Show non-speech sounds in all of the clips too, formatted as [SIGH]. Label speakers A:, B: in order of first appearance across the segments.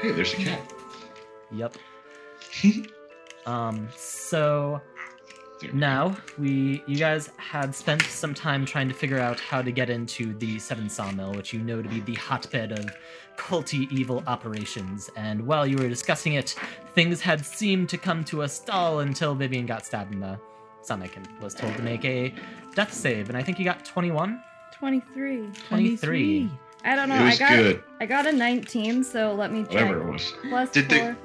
A: Hey, there's a cat.
B: Yep. um, so
A: There.
B: now we you guys had spent some time trying to figure out how to get into the Seven Sawmill, which you know to be the hotbed of culty evil operations. And while you were discussing it, things had seemed to come to a stall until Vivian got stabbed in the stomach and was told to make a death save. And I think you got 21,
C: 23.
B: 23.
C: I don't know.
A: it
C: I
A: was
C: got
A: good.
C: I got a 19, so let me check.
A: Whatever it was.
C: Plus
D: Did they-
C: four.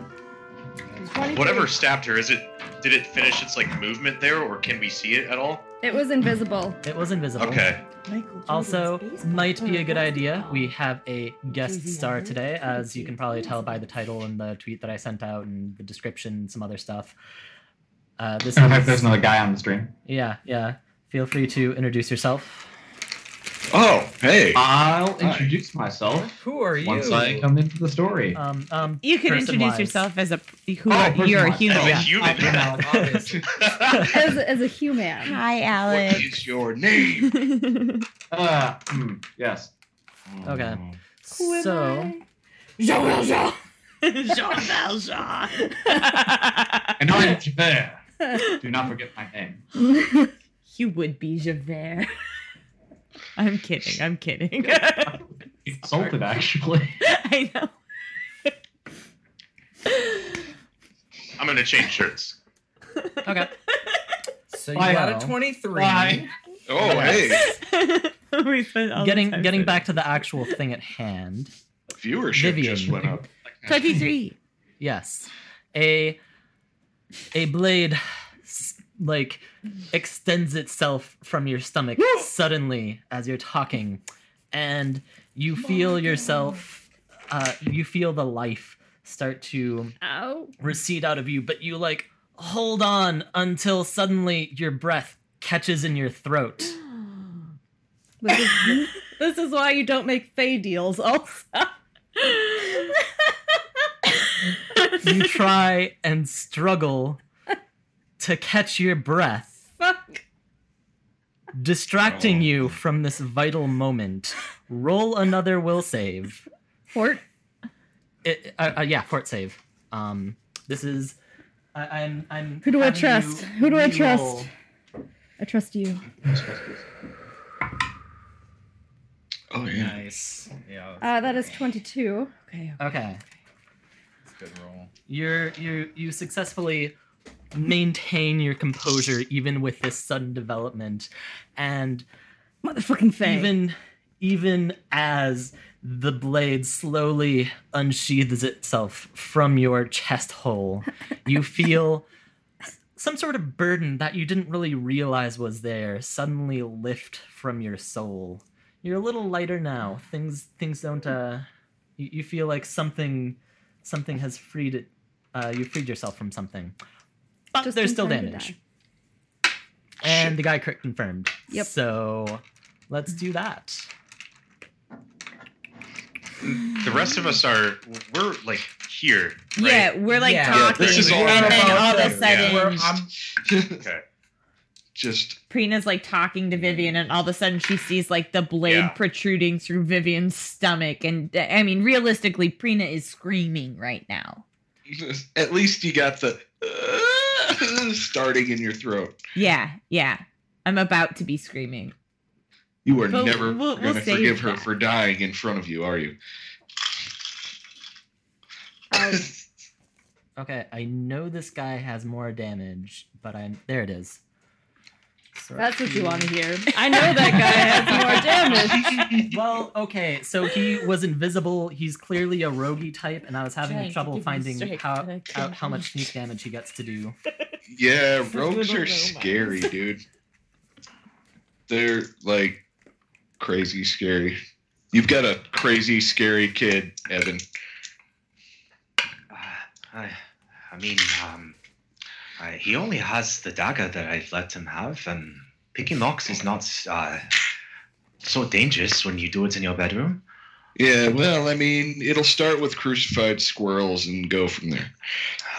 C: 23.
D: Whatever stabbed her, is it? Did it finish its like movement there, or can we see it at all?
C: It
A: [LAUGHS]
C: was invisible.
B: It was invisible.
D: Okay.
E: Michael
B: Also,
E: Jordan's baseball
B: might be a good
E: player.
B: idea. We have a guest
E: Dizzy
B: star
E: Allen.
B: today, as you can probably tell
E: Dizzy.
B: by the title and the tweet that I sent out and the description, and some other stuff. Uh, this
F: I hope there's
B: is,
F: another guy on the stream.
B: yeah, yeah. Feel free to introduce yourself.
A: Oh, hey.
F: I'll introduce myself
G: Who are you?
F: once I come into the story.
B: Um, um,
H: You could
B: person
H: introduce
B: wise.
G: [LAUGHS]
H: yourself as a who
F: Oh,
H: are,
F: person
H: you're a
F: wise.
H: human.
D: As
B: yeah.
D: a human. [LAUGHS]
G: Obviously.
C: As, as a human.
H: Hi,
A: What
H: Alex. [LAUGHS]
A: is your name?
F: Uh, hmm, yes.
B: Okay.
A: Oh.
C: Who am
B: So,
C: I?
H: Jean Valjean.
F: And
C: [LAUGHS]
F: I'm [LAUGHS] Javert. Do not forget my name.
H: you would be Javert. I'm kidding. I'm kidding.
F: Insulted, actually.
H: [LAUGHS] I know. [LAUGHS]
D: I'm gonna change shirts.
B: okay.
G: So [LAUGHS] you
F: Why,
G: got
B: though?
G: a 23.
F: Why?
A: Oh, hey.
H: we spent all the
B: Getting
H: time
B: getting
H: saying-
B: back to the actual thing at hand.
A: Viewership
B: Vivian.
A: just went up.
H: 23.
B: Yes, a a blade s- like extends itself from your stomach suddenly as you're talking, and you feel yourself. Uh, you feel the life start to
C: Ow.
B: recede out of you, but you like hold on until suddenly your breath catches in your throat. [GASPS]
C: This is, this is why you don't make fey deals. Also,
B: You try and struggle to catch your breath.
C: fuck.
B: distracting
A: Oh.
B: you from this vital moment. Roll another will save.
C: Fort.
B: It, uh, uh, yeah, fort save. Um, this is. I, I'm. I'm.
C: Who do I
B: having
C: trust?
B: you
C: Who do I trust?
B: re-roll.
C: I trust you.
A: Oh, yeah.
G: Nice. Yeah.
C: Uh, that is 22.
H: Okay.
B: Okay,
G: that's a Good roll.
B: you're you you successfully maintain your composure even with this sudden development, and
C: Motherfucking fey.
B: even even as the blade slowly unsheathes itself from your chest hole
C: [LAUGHS]
B: you feel some sort of burden that you didn't really realize was there suddenly lift from your soul you're a little lighter now things things don't uh you, you feel like something something has freed it uh you freed yourself from something but
C: Just
B: there's
C: in
B: still
C: time to
B: damage
C: die.
B: and the guy crit confirmed
C: Yep.
B: so let's do that
D: The rest of us are we're like here. Right?
H: Yeah, we're like
G: Yeah. Yeah,
H: talking,
A: this is all
H: and then
A: about
H: all of a
A: them. Yeah.
H: sudden,
G: We're- I'm-
F: Um,
D: Okay.
A: Just
H: Prina's like talking to Vivian, and all of a sudden she sees like the blade
D: Yeah.
H: protruding through Vivian's stomach. And I mean, realistically, Prina is screaming right now.
A: at least you got the uh, [LAUGHS] starting in your throat.
H: Yeah, yeah. I'm about to be screaming.
A: You are
H: But
A: never
H: we'll- we'll
A: going to
H: save
A: forgive her
H: that.
A: for dying in front of you, are you?
H: Um,
B: Okay, I know this guy has more damage, but I'm there. It is. So-
C: That's what you want to hear. I know that guy
H: [LAUGHS]
C: has more
B: [LAUGHS]
C: damage.
B: well, okay. So he was invisible. He's clearly a roguey type, and I was having
H: Trying to give
B: trouble
H: you
B: finding
H: strength,
B: how,
H: but I
B: how
H: can't
B: how much sneak damage he gets to
D: [LAUGHS]
B: do.
A: [LAUGHS]
H: [LAUGHS]
A: Yeah, rogues
H: little
A: are
H: robots.
A: scary, dude. They're like crazy scary. You've got a crazy scary kid, Evan.
I: Uh, I, I mean, um, I, he only has the dagger that I let him have, and picking locks is not uh, so dangerous when you do it in your bedroom.
A: Yeah, well, I mean, it'll start with crucified squirrels and go from there.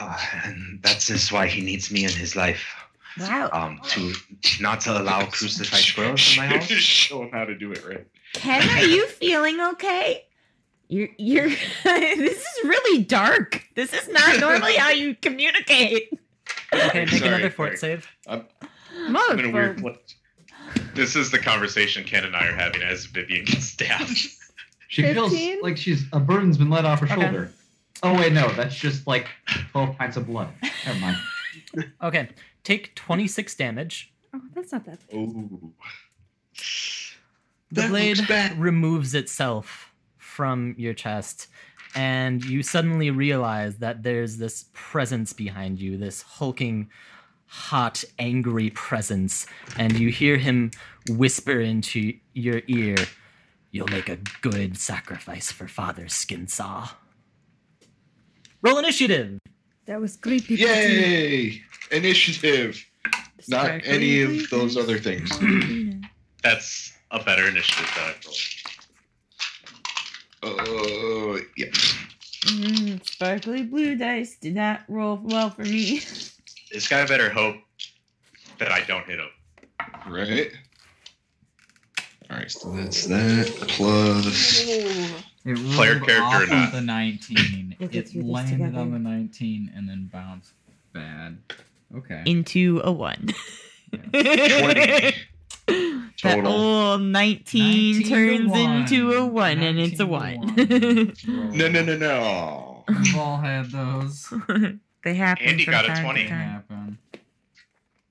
I: Uh, and that's just why he needs me in his life.
H: Wow.
I: Um, to not to allow
A: [LAUGHS]
D: [LAUGHS]
I: crucified squirrels in my house.
A: Just showing how to do it right.
H: Ken, are you feeling okay? You're you're [LAUGHS] this is really dark. This is not normally how you communicate.
B: Okay, make
D: Sorry,
B: another fort
D: sorry.
B: save.
D: I'm in a weird
H: Motherfucker.
D: place. This is the conversation Ken and I are having as Vivian gets stabbed.
F: She feels
C: 15?
F: like she's a burden's been let off her
B: Okay.
F: shoulder. Oh wait, no, that's just like twelve pints of blood. Never mind.
B: Okay, take 26 damage.
C: Oh, that's not that.
A: Ooh.
B: The
A: That
B: blade
A: looks bad.
B: removes itself from your chest, and you suddenly realize that there's this presence behind you, this hulking, hot, angry presence, and you hear him whisper into your ear, You'll make a good sacrifice for Father's skin saw. Roll initiative!
C: That was creepy.
A: Yay! Initiative. Not any of those other things.
C: [CLEARS THROAT]
D: That's a better initiative than I rolled.
A: Oh, yes.
H: Mm, sparkly blue dice did not roll well for me.
D: This guy better hope that I don't hit him.
A: Right? Alright, so that's that. Plus.
G: [LAUGHS] It
D: Player
G: rolled
D: character
G: off
D: or not.
G: of the 19.
C: We'll get
G: it
C: through this
G: landed
C: together.
G: on the 19 and then bounced bad. Okay.
H: Into a one.
D: [LAUGHS]
A: 20.
H: That
A: Total.
H: old 19,
G: 19 to
H: turns
G: one.
H: into a one, and it's a
G: 19
H: one.
G: to
A: [LAUGHS]
G: one.
A: No, no, no, no.
G: We've all had those.
H: [LAUGHS] they happen.
D: Andy
H: from
D: got a
H: time to
D: 20.
G: They
H: time.
G: happen.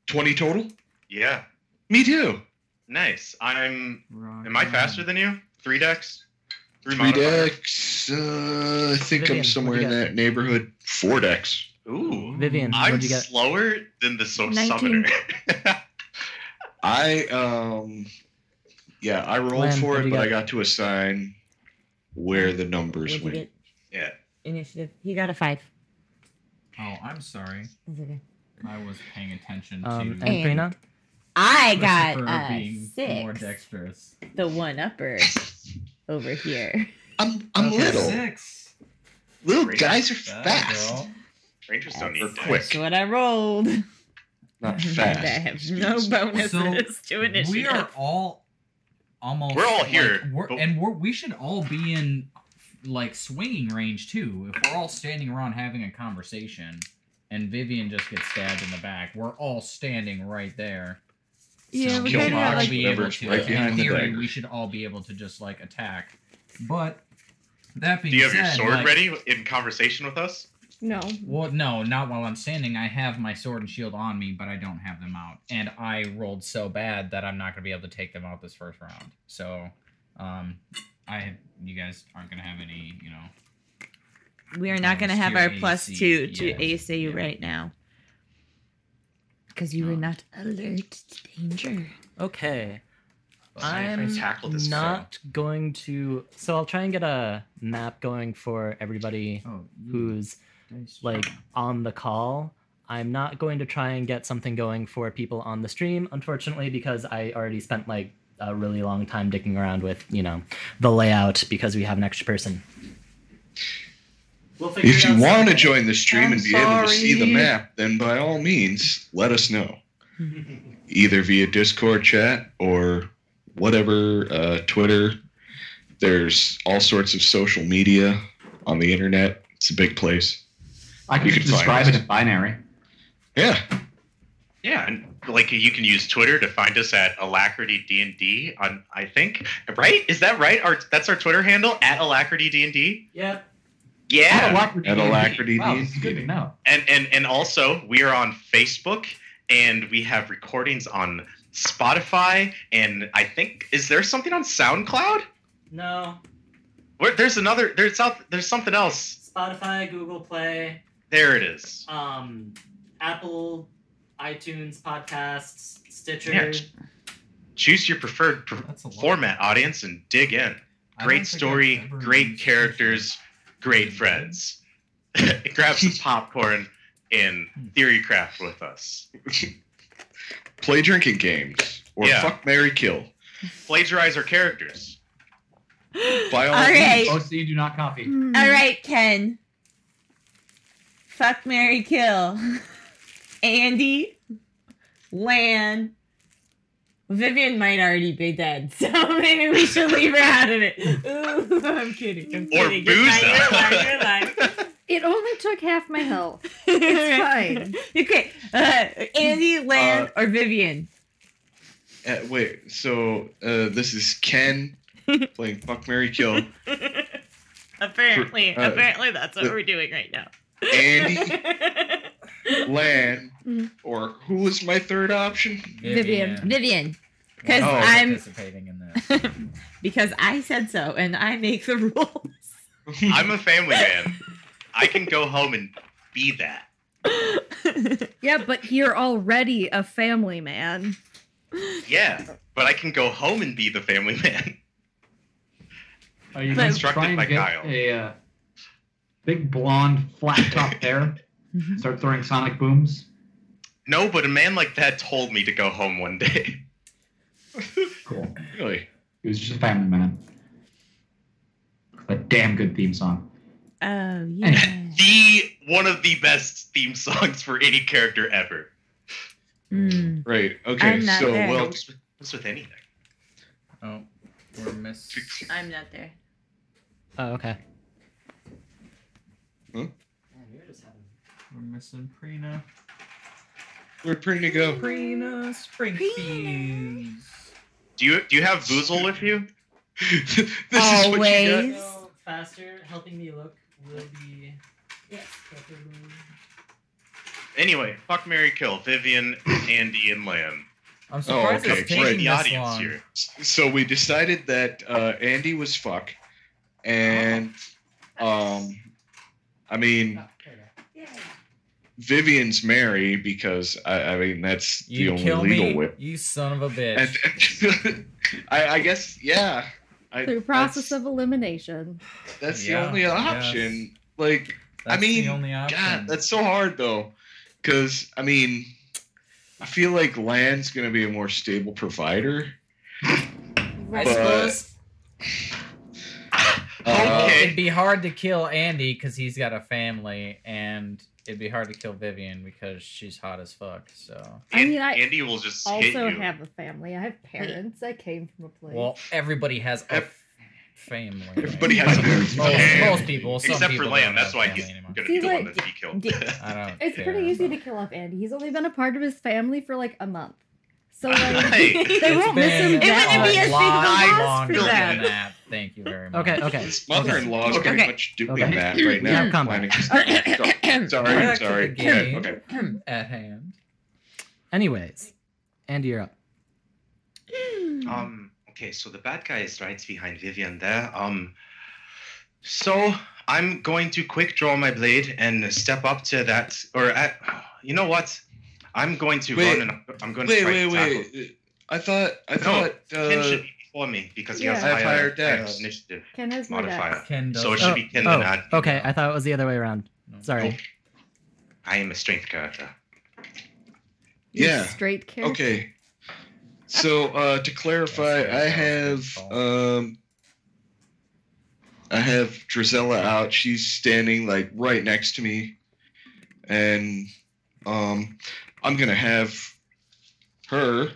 A: 20 total?
D: [LAUGHS] Yeah,
A: Me too.
D: nice. I'm.
G: Rock
D: Am I
G: on.
D: faster than you? Three decks. Three,
A: Three
D: modifier?
A: decks. Uh, I think
B: Vivian,
A: I'm
B: what
A: somewhere
B: do
A: in
B: you got?
A: that neighborhood. Four decks.
D: Ooh,
B: Vivian,
D: I'm
B: what'd you get?
D: slower than the so-
C: 19.
D: summoner. [LAUGHS]
A: I um yeah, I rolled
B: Glenn,
A: for it,
B: what'd you
A: but
B: get?
A: I got to assign where the numbers
H: What'd you
A: went.
H: get?
D: yeah,
H: Initiative. He got a five.
G: Oh, I'm sorry.
H: That's okay.
G: I was paying attention
B: Um,
G: to.
B: and
H: And-
B: Prina?
H: I got
G: Christopher
H: a
G: being More
H: six.
G: dexterous.
H: The one
D: [LAUGHS]
H: upper over here.
A: I'm I'm
G: Okay,
A: little.
G: Six.
A: Little
D: Great.
A: guys are
G: Bad
A: fast.
G: girl.
D: Rangers don't
H: That's
D: need
A: Or
D: decks.
A: quick.
H: That's what I rolled.
B: [LAUGHS]
A: Not
H: [LAUGHS] I
A: fast.
H: have no bonuses to initiative.
G: We are all almost.
D: We're all
G: like,
D: here,
A: Oh,
G: we're-
D: but-
G: and we're, we should all be in like swinging range too. If we're all standing around having a conversation, and Vivian just gets stabbed in the back, we're all standing right there.
C: Yeah,
G: So
C: we
A: Kill
C: kind of
A: box,
G: all
C: like
G: be able
A: whatever's
G: to-
A: right behind
G: in
A: the
G: theory,
A: dagger.
G: we should all be able to just like attack. But that being
D: Do you have your
G: said,
D: sword
G: like-
D: ready in conversation with us?
C: no.
G: Well, no, not while I'm standing. I have my sword and shield on me, but I don't have them out. And I rolled so bad that I'm not going to be able to take them out this first round. So, um, I you guys aren't going to have any, you know.
H: We are not going to
G: Minus
H: have
G: your
H: our plus
G: AC,
H: two to
G: yeah.
H: ACU
G: Yeah.
H: right now. Because you were
G: Oh.
H: not alert to danger.
B: Okay.
G: but-
B: I'm
D: tackle this
B: not going to. So I'll try and get a map going for everybody
G: Oh, you
B: who's
G: dice.
B: like on the call. I'm not going to try and get something going for people on the stream, unfortunately, because I already spent like a really long time dicking around with you know the layout because we have an extra person. We'll figure
A: If
B: it
A: you
B: out
A: want to
B: someday.
A: join the stream
C: I'm
A: and be able to see the
C: sorry.
A: map, then by all means, let us know. Either via Discord chat or whatever, uh, Twitter. There's all sorts of social media on the internet. It's a big place.
F: I can
A: You
F: just
A: can find
F: describe
A: us.
F: it in binary.
A: Yeah.
D: Yeah, and like you can use Twitter to find us at Alacrity D and D on I think right is that right? Our that's our Twitter handle at Alacrity D and D.
B: Yeah.
D: Yeah,
A: At Alacrity
F: Wow,
A: D&D.
F: this is good to know.
D: and and and also we are on Facebook and we have recordings on Spotify and I think is there something on SoundCloud?
B: No.
D: Where there's another there's out there's something else.
B: Spotify, Google Play,
D: There it is.
B: um, Apple, iTunes, podcasts, Stitcher.
D: Yeah. Choose your preferred pr-
G: That's a lot.
D: format, audience, and dig in.
G: I don't think
D: Great
G: I've
D: story,
G: ever
D: great
G: used
D: characters, great friends. [LAUGHS] Grab
G: [LAUGHS]
D: some popcorn and theory craft with us.
A: Play drinking games or
D: Yeah.
A: fuck Mary Kill.
D: Plagiarize our characters.
A: By all
H: All right.
A: means,
F: Most of you do not copy.
C: Hmm.
H: All right, Ken. Fuck Mary [LAUGHS] Kill. Andy, Lan, Vivian might already be dead, [LAUGHS] so maybe we should leave her out of it. Ooh, I'm kidding. I'm
D: Or
H: kidding.
D: booze
H: You're
D: up.
H: fine, You're lying.
C: It only took half my health.
H: You're
C: It's
H: lying.
C: fine.
H: [LAUGHS] okay, uh, Andy, Lan, or Vivian?
A: Uh, wait, so uh, this is Ken playing Fuck Mary Kill.
H: Apparently,
A: uh,
H: apparently that's what
A: uh,
H: we're doing right now. [LAUGHS]
A: Andy, Lan,
C: Mhm.
A: or who is my third option?
C: Vivian.
H: Vivian, because
A: Oh.
H: I'm
G: participating in this.
H: because I said so, and I make the [LAUGHS] rules.
D: I'm a family man. I can go home and be that.
H: Oh,
C: Yeah, but you're already a family man.
D: Yeah, but I can go home and be the family man. [LAUGHS]
F: Are
H: But-
F: you gonna try and
D: Constructed by
F: get
D: Kyle.
F: a uh, big blonde flat
D: [LAUGHS]
F: top hair? Start throwing sonic booms.
D: No, but a man like that told me to go home one day. [LAUGHS]
F: Cool.
A: Really?
F: He was just a family man. A damn good theme song.
A: [LAUGHS]
H: Oh yeah.
D: The one of the best theme songs for any character ever.
H: Mm.
A: Right. Okay.
H: I'm not
C: Oh,
A: So
H: there.
A: well,
D: Goes with, goes with anything.
G: Oh, we're miss.
H: I'm not there.
B: Oh, okay.
G: We're missing Prina.
A: we're pretty to go.
G: Prina Springfield.
D: Do you do you have Boozle with you?
A: [LAUGHS] this is what you
H: Always.
B: Faster, helping me look will be. Oh, Yes.
D: Anyway, fuck Mary Kill, Vivian, Andy, and Lam. Oh,
G: I'm surprised
A: okay,
G: it's
A: great.
G: taking
D: Right. The
G: this
D: audience
G: long.
D: here.
A: got. So we decided that uh, Andy was fuck, and um, I mean Vivian's Mary because I, I mean that's
G: You
A: the
G: kill
A: only legal
G: me,
A: whip.
G: you son of a bitch.
A: And [LAUGHS] I, I guess yeah. I,
C: Through process
A: that's,
C: of elimination.
A: that's
G: Yeah,
A: the only
G: I
A: option. Like
G: That's
A: mean,
G: the only option.
A: God, that's so hard though, because I mean, I feel like Land's gonna be a more stable provider.
G: I
A: but- [LAUGHS]
G: suppose
A: Uh,
D: Okay.
G: it'd be hard to kill Andy because he's got a family, and it'd be hard to kill Vivian because she's hot as fuck. So,
C: I mean, I
D: Andy will just hit
C: also
D: you.
C: have a family. I have parents. I came from a place.
G: well, everybody has a
A: Ev-
G: family. right?
A: Everybody Uh, has
G: Oh,
A: a very
G: most,
A: family.
G: most people, some
D: Except for
G: people don't
D: Lam,
G: have
D: that's why
G: family
D: he's
G: anymore.
D: gonna be
C: He's
D: the one
C: like-
D: that he killed.
G: I don't.
C: it's
G: care
C: pretty easy
G: about-
C: to kill off Andy. He's only been a part of his family for like a month.
D: [LAUGHS]
C: So like,
D: Hey,
A: [LAUGHS]
C: they won't miss him.
H: It
C: that
H: wouldn't be
C: much.
H: a single loss for
G: longer
H: that.
G: than that. Thank you very much.
B: Okay, okay.
A: His mother-in-law is
F: Okay.
A: pretty
H: Okay.
A: much doing
B: Okay.
A: that right now.
B: Now
A: Planning-
B: combat.
A: sorry,
G: Back
A: I'm
G: to
A: sorry.
G: the
A: Okay,
G: game.
A: okay.
G: [CLEARS THROAT] At hand.
B: Anyways, Andy, you're up.
D: Um. Okay, so the bad guy is right behind Vivian there. Um. So I'm going to quick draw my blade and step up to that, or at, you know what? I'm going to
A: Wait,
D: run and I'm going
A: Wait,
D: to try
A: wait,
D: to tackle.
A: wait. I thought, I
D: No,
A: thought,
D: Ken
A: uh,
D: should be before me because he has
C: Yeah.
A: I have
D: higher,
A: higher
D: higher
A: dex.
D: initiative
C: Ken has no dex.
D: modifier.
G: Ken
D: So it
G: does-
D: should
B: Oh,
D: be Ken
B: oh,
D: then. I'd-
B: okay, I thought it was the other way around.
G: No.
B: Sorry.
D: I am a strength character.
C: You're
A: Yeah.
C: Straight character.
A: okay. So uh, to clarify, I have, um, I have Drizella out. She's standing like right next to me, and um, I'm gonna have her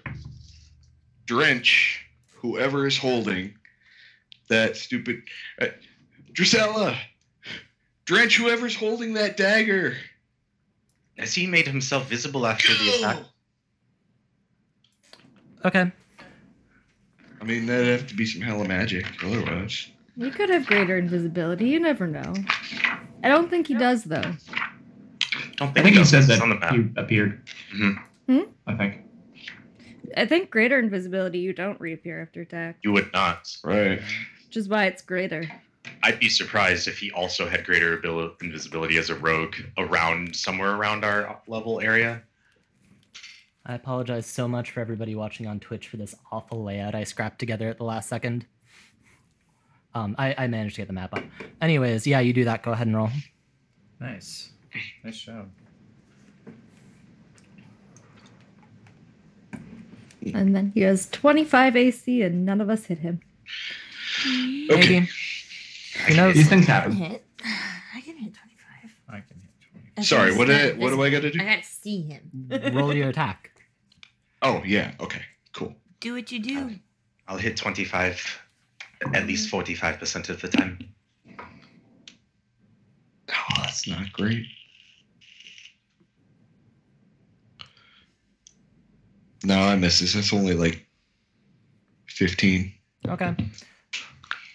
A: drench whoever is holding that stupid uh, Drizella. Drench whoever's holding that dagger.
D: Has he made himself visible after the attack?
B: Okay.
A: I mean, that'd have to be some hella magic, otherwise.
C: You could have greater invisibility. You never know. I don't think he does though.
D: Don't
F: I
D: think,
F: think he
D: does.
F: said
D: It's
F: that
D: on the map.
F: you appeared.
D: Mhm.
C: Hmm?
F: I think.
C: I think greater invisibility. You don't reappear after attack,
D: You would not.
A: Right.
C: which is why it's greater.
D: I'd be surprised if he also had greater abil- invisibility as a rogue around somewhere around our level area.
B: I apologize so much for everybody watching on Twitch for this awful layout I scrapped together at the last second. Um, I, I managed to get the map up. Anyways, yeah, you do that. Go ahead
D: [LAUGHS]
B: and roll.
G: Nice. Nice job.
C: And then he has 25 AC, and none of us hit him.
A: Okay.
B: Andy, you know,
F: These things happen.
H: Hit. I can hit 25.
G: I can hit
H: That's
A: Sorry.
H: just
A: What?
H: not
A: Did I, what do I got to do?
H: I gotta see him.
B: roll your attack.
A: Oh yeah. Okay. Cool.
H: Do what you do.
D: I'll hit 25 at least 45% of the time.
A: Oh, that's not great. No, I missed this. That's only like 15.
B: Okay.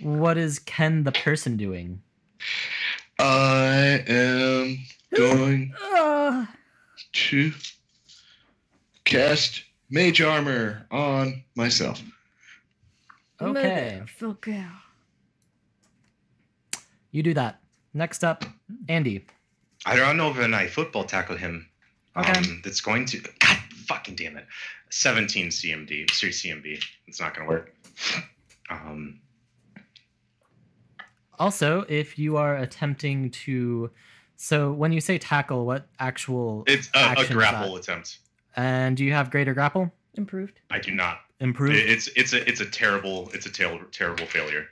B: What is Ken the person doing?
A: I am going
H: Ugh.
A: to cast mage armor on myself.
B: Okay.
C: Motherfucker.
B: You do that. Next up, Andy.
D: I run over and I football tackle him.
B: Okay.
D: Um, that's going to. God fucking damn it. 17 CMD. Sorry, CMB. It's not going to work. Um,
B: Also, if you are attempting to, so when you say tackle, what actual
D: it's a, a
B: Action
D: grapple
B: shot.
D: attempt.
B: and do you have greater grapple
C: Improved.
D: I do not.
B: improve?
D: It- It's it's a it's a terrible it's a ter- terrible failure.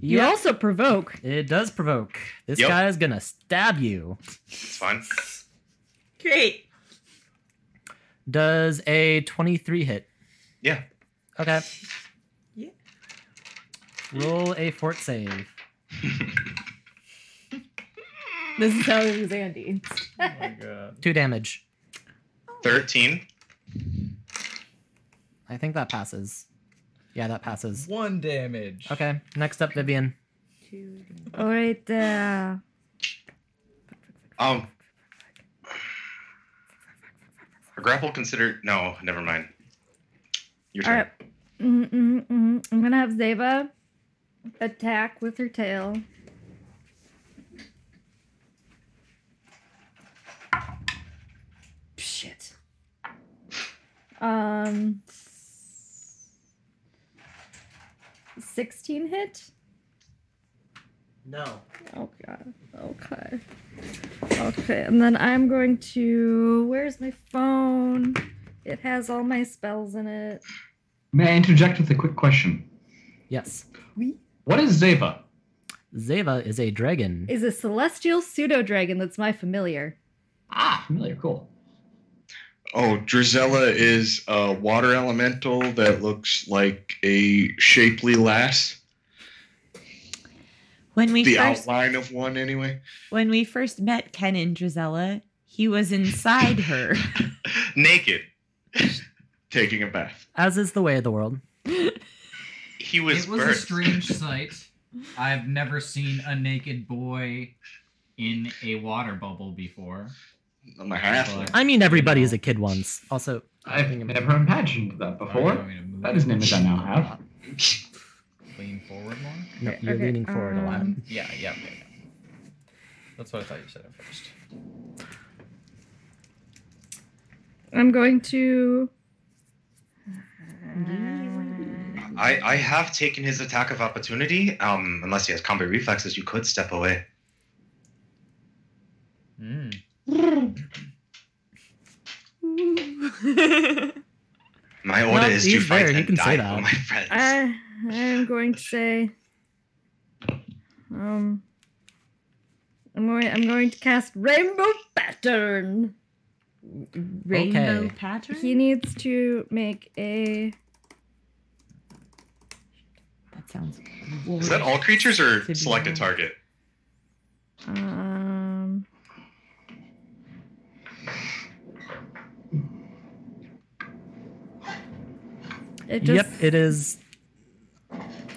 C: You also provoke.
B: It does provoke. This
D: Yep.
B: guy is gonna stab you.
D: It's fine.
H: Great.
B: Does a twenty-three hit?
D: Yeah.
B: Okay.
H: Yeah.
B: Roll a fort save.
C: This is how it was Andy.
B: [LAUGHS]
G: Oh my god.
B: Two damage.
D: 13.
B: I think that passes. Yeah, that passes.
G: One damage.
B: Okay. Next up, Vivian.
C: All right. Uh,
D: Um, a grapple considered. No, never mind. Your
C: all
D: turn.
C: right. Mm, mm, mm. I'm gonna have Zeba attack with her tail.
H: Shit.
C: Um, sixteen hit.
B: No.
C: Oh god. Okay. Okay, and then I'm going to. Where's my phone? It has all my spells in it.
F: May I interject with a quick question?
B: Yes.
F: What is Zeba?
B: Zeva is a dragon.
C: Is a celestial pseudo dragon that's my familiar.
F: Ah, familiar. Cool.
A: Oh, Drizella is a water elemental that looks like a shapely lass.
H: When we
A: the
H: first
A: outline of one, anyway.
H: when we first met Ken and Drizella, he was inside her.
D: [LAUGHS] Naked.
A: Taking a bath.
B: As is the way of the world.
D: He was,
G: It was a
D: first.
G: strange sight. I've never seen a naked boy in a water bubble before.
A: I'm a halfling.
B: I mean, everybody
G: You know.
B: is a kid once. Also,
F: I've never imagined that
G: Oh, you want
F: before.
G: me to move
F: That is an image I now have.
G: Lean forward more.
B: no,
C: Okay,
B: you're
C: okay,
B: leaning forward a lot.
C: um,
G: Yeah, yeah, yeah. yeah. That's what I thought you said at first.
C: I'm going to. uh,
D: I, I have taken his attack of opportunity. Um, unless he has combat reflexes, you could step away.
G: Mm.
D: My
B: No,
D: order is to
B: he's
D: fight
B: there, he
D: and
B: can
D: die
B: say
D: for
B: that.
D: my friends.
C: I I'm going to say. Um. I'm going. I'm going to cast rainbow pattern.
H: Rainbow
B: Okay.
H: pattern.
C: He needs to make a.
H: that sounds.
D: is that all creatures
H: To be
D: or select a
H: honest.
D: target?
C: Um. It just,
B: Yep, it is.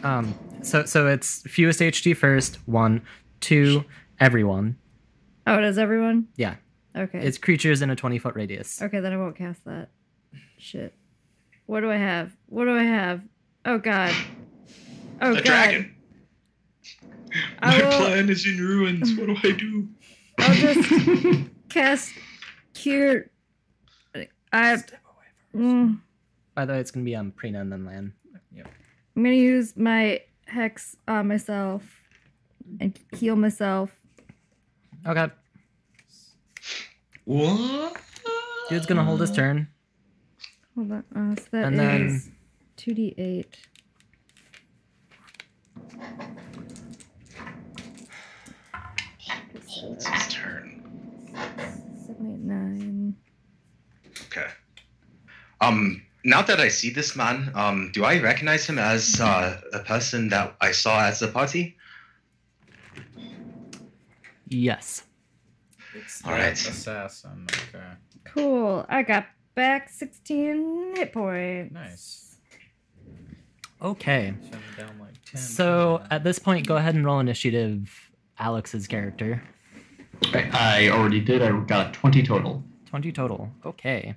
B: Um, so so it's fewest HD first. One, two, everyone.
C: Oh, it is everyone.
B: Yeah.
C: Okay.
B: It's creatures in a twenty foot radius.
C: okay, then I won't cast that. Shit. What do I have? What do I have? Oh God. Oh
D: a
C: God.
D: dragon.
A: My
C: I
B: Oh.
C: will.
A: plan is in ruins. What do I do?
C: I'll just
B: [LAUGHS]
C: cast cure. I. Mm,
B: By the way, it's gonna be um Prina and then Lan.
C: I'm gonna use my hex on myself and heal myself.
B: Okay,
A: What?
B: dude's gonna hold his turn.
C: Hold on. Uh, so that
B: And then-
C: is 2d8.
D: Holds his turn.
C: 7, 8, 9.
D: Okay. Um, now that I see this man, um, do I recognize him as uh, the person that I saw at the party?
B: Yes.
G: It's
D: All
G: that
D: right.
G: Assassin. Okay.
C: Cool. I got back 16 hit points.
G: Nice.
B: Okay.
G: Send him down like 10.
B: So
G: Yeah.
B: at this point, go ahead and roll initiative, Alex's character.
F: I, I already did. I got a 20 total.
B: 20 total. Okay.
F: Okay,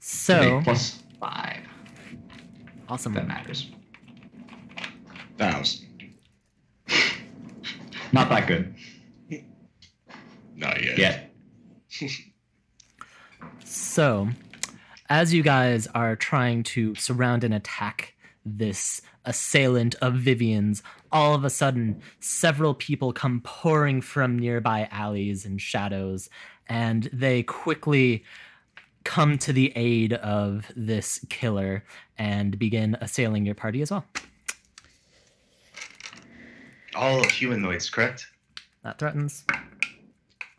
B: So,
F: plus five.
B: awesome.
F: If that matters.
A: Thousand.
F: Not that good
A: Not yet.
F: yet.
B: So, as you guys are trying to surround and attack this assailant of Vivian's, all of a sudden, several people come pouring from nearby alleys and shadows, and they quickly come to the aid of this killer and begin assailing your party as well.
D: All humanoids, correct?
B: That threatens.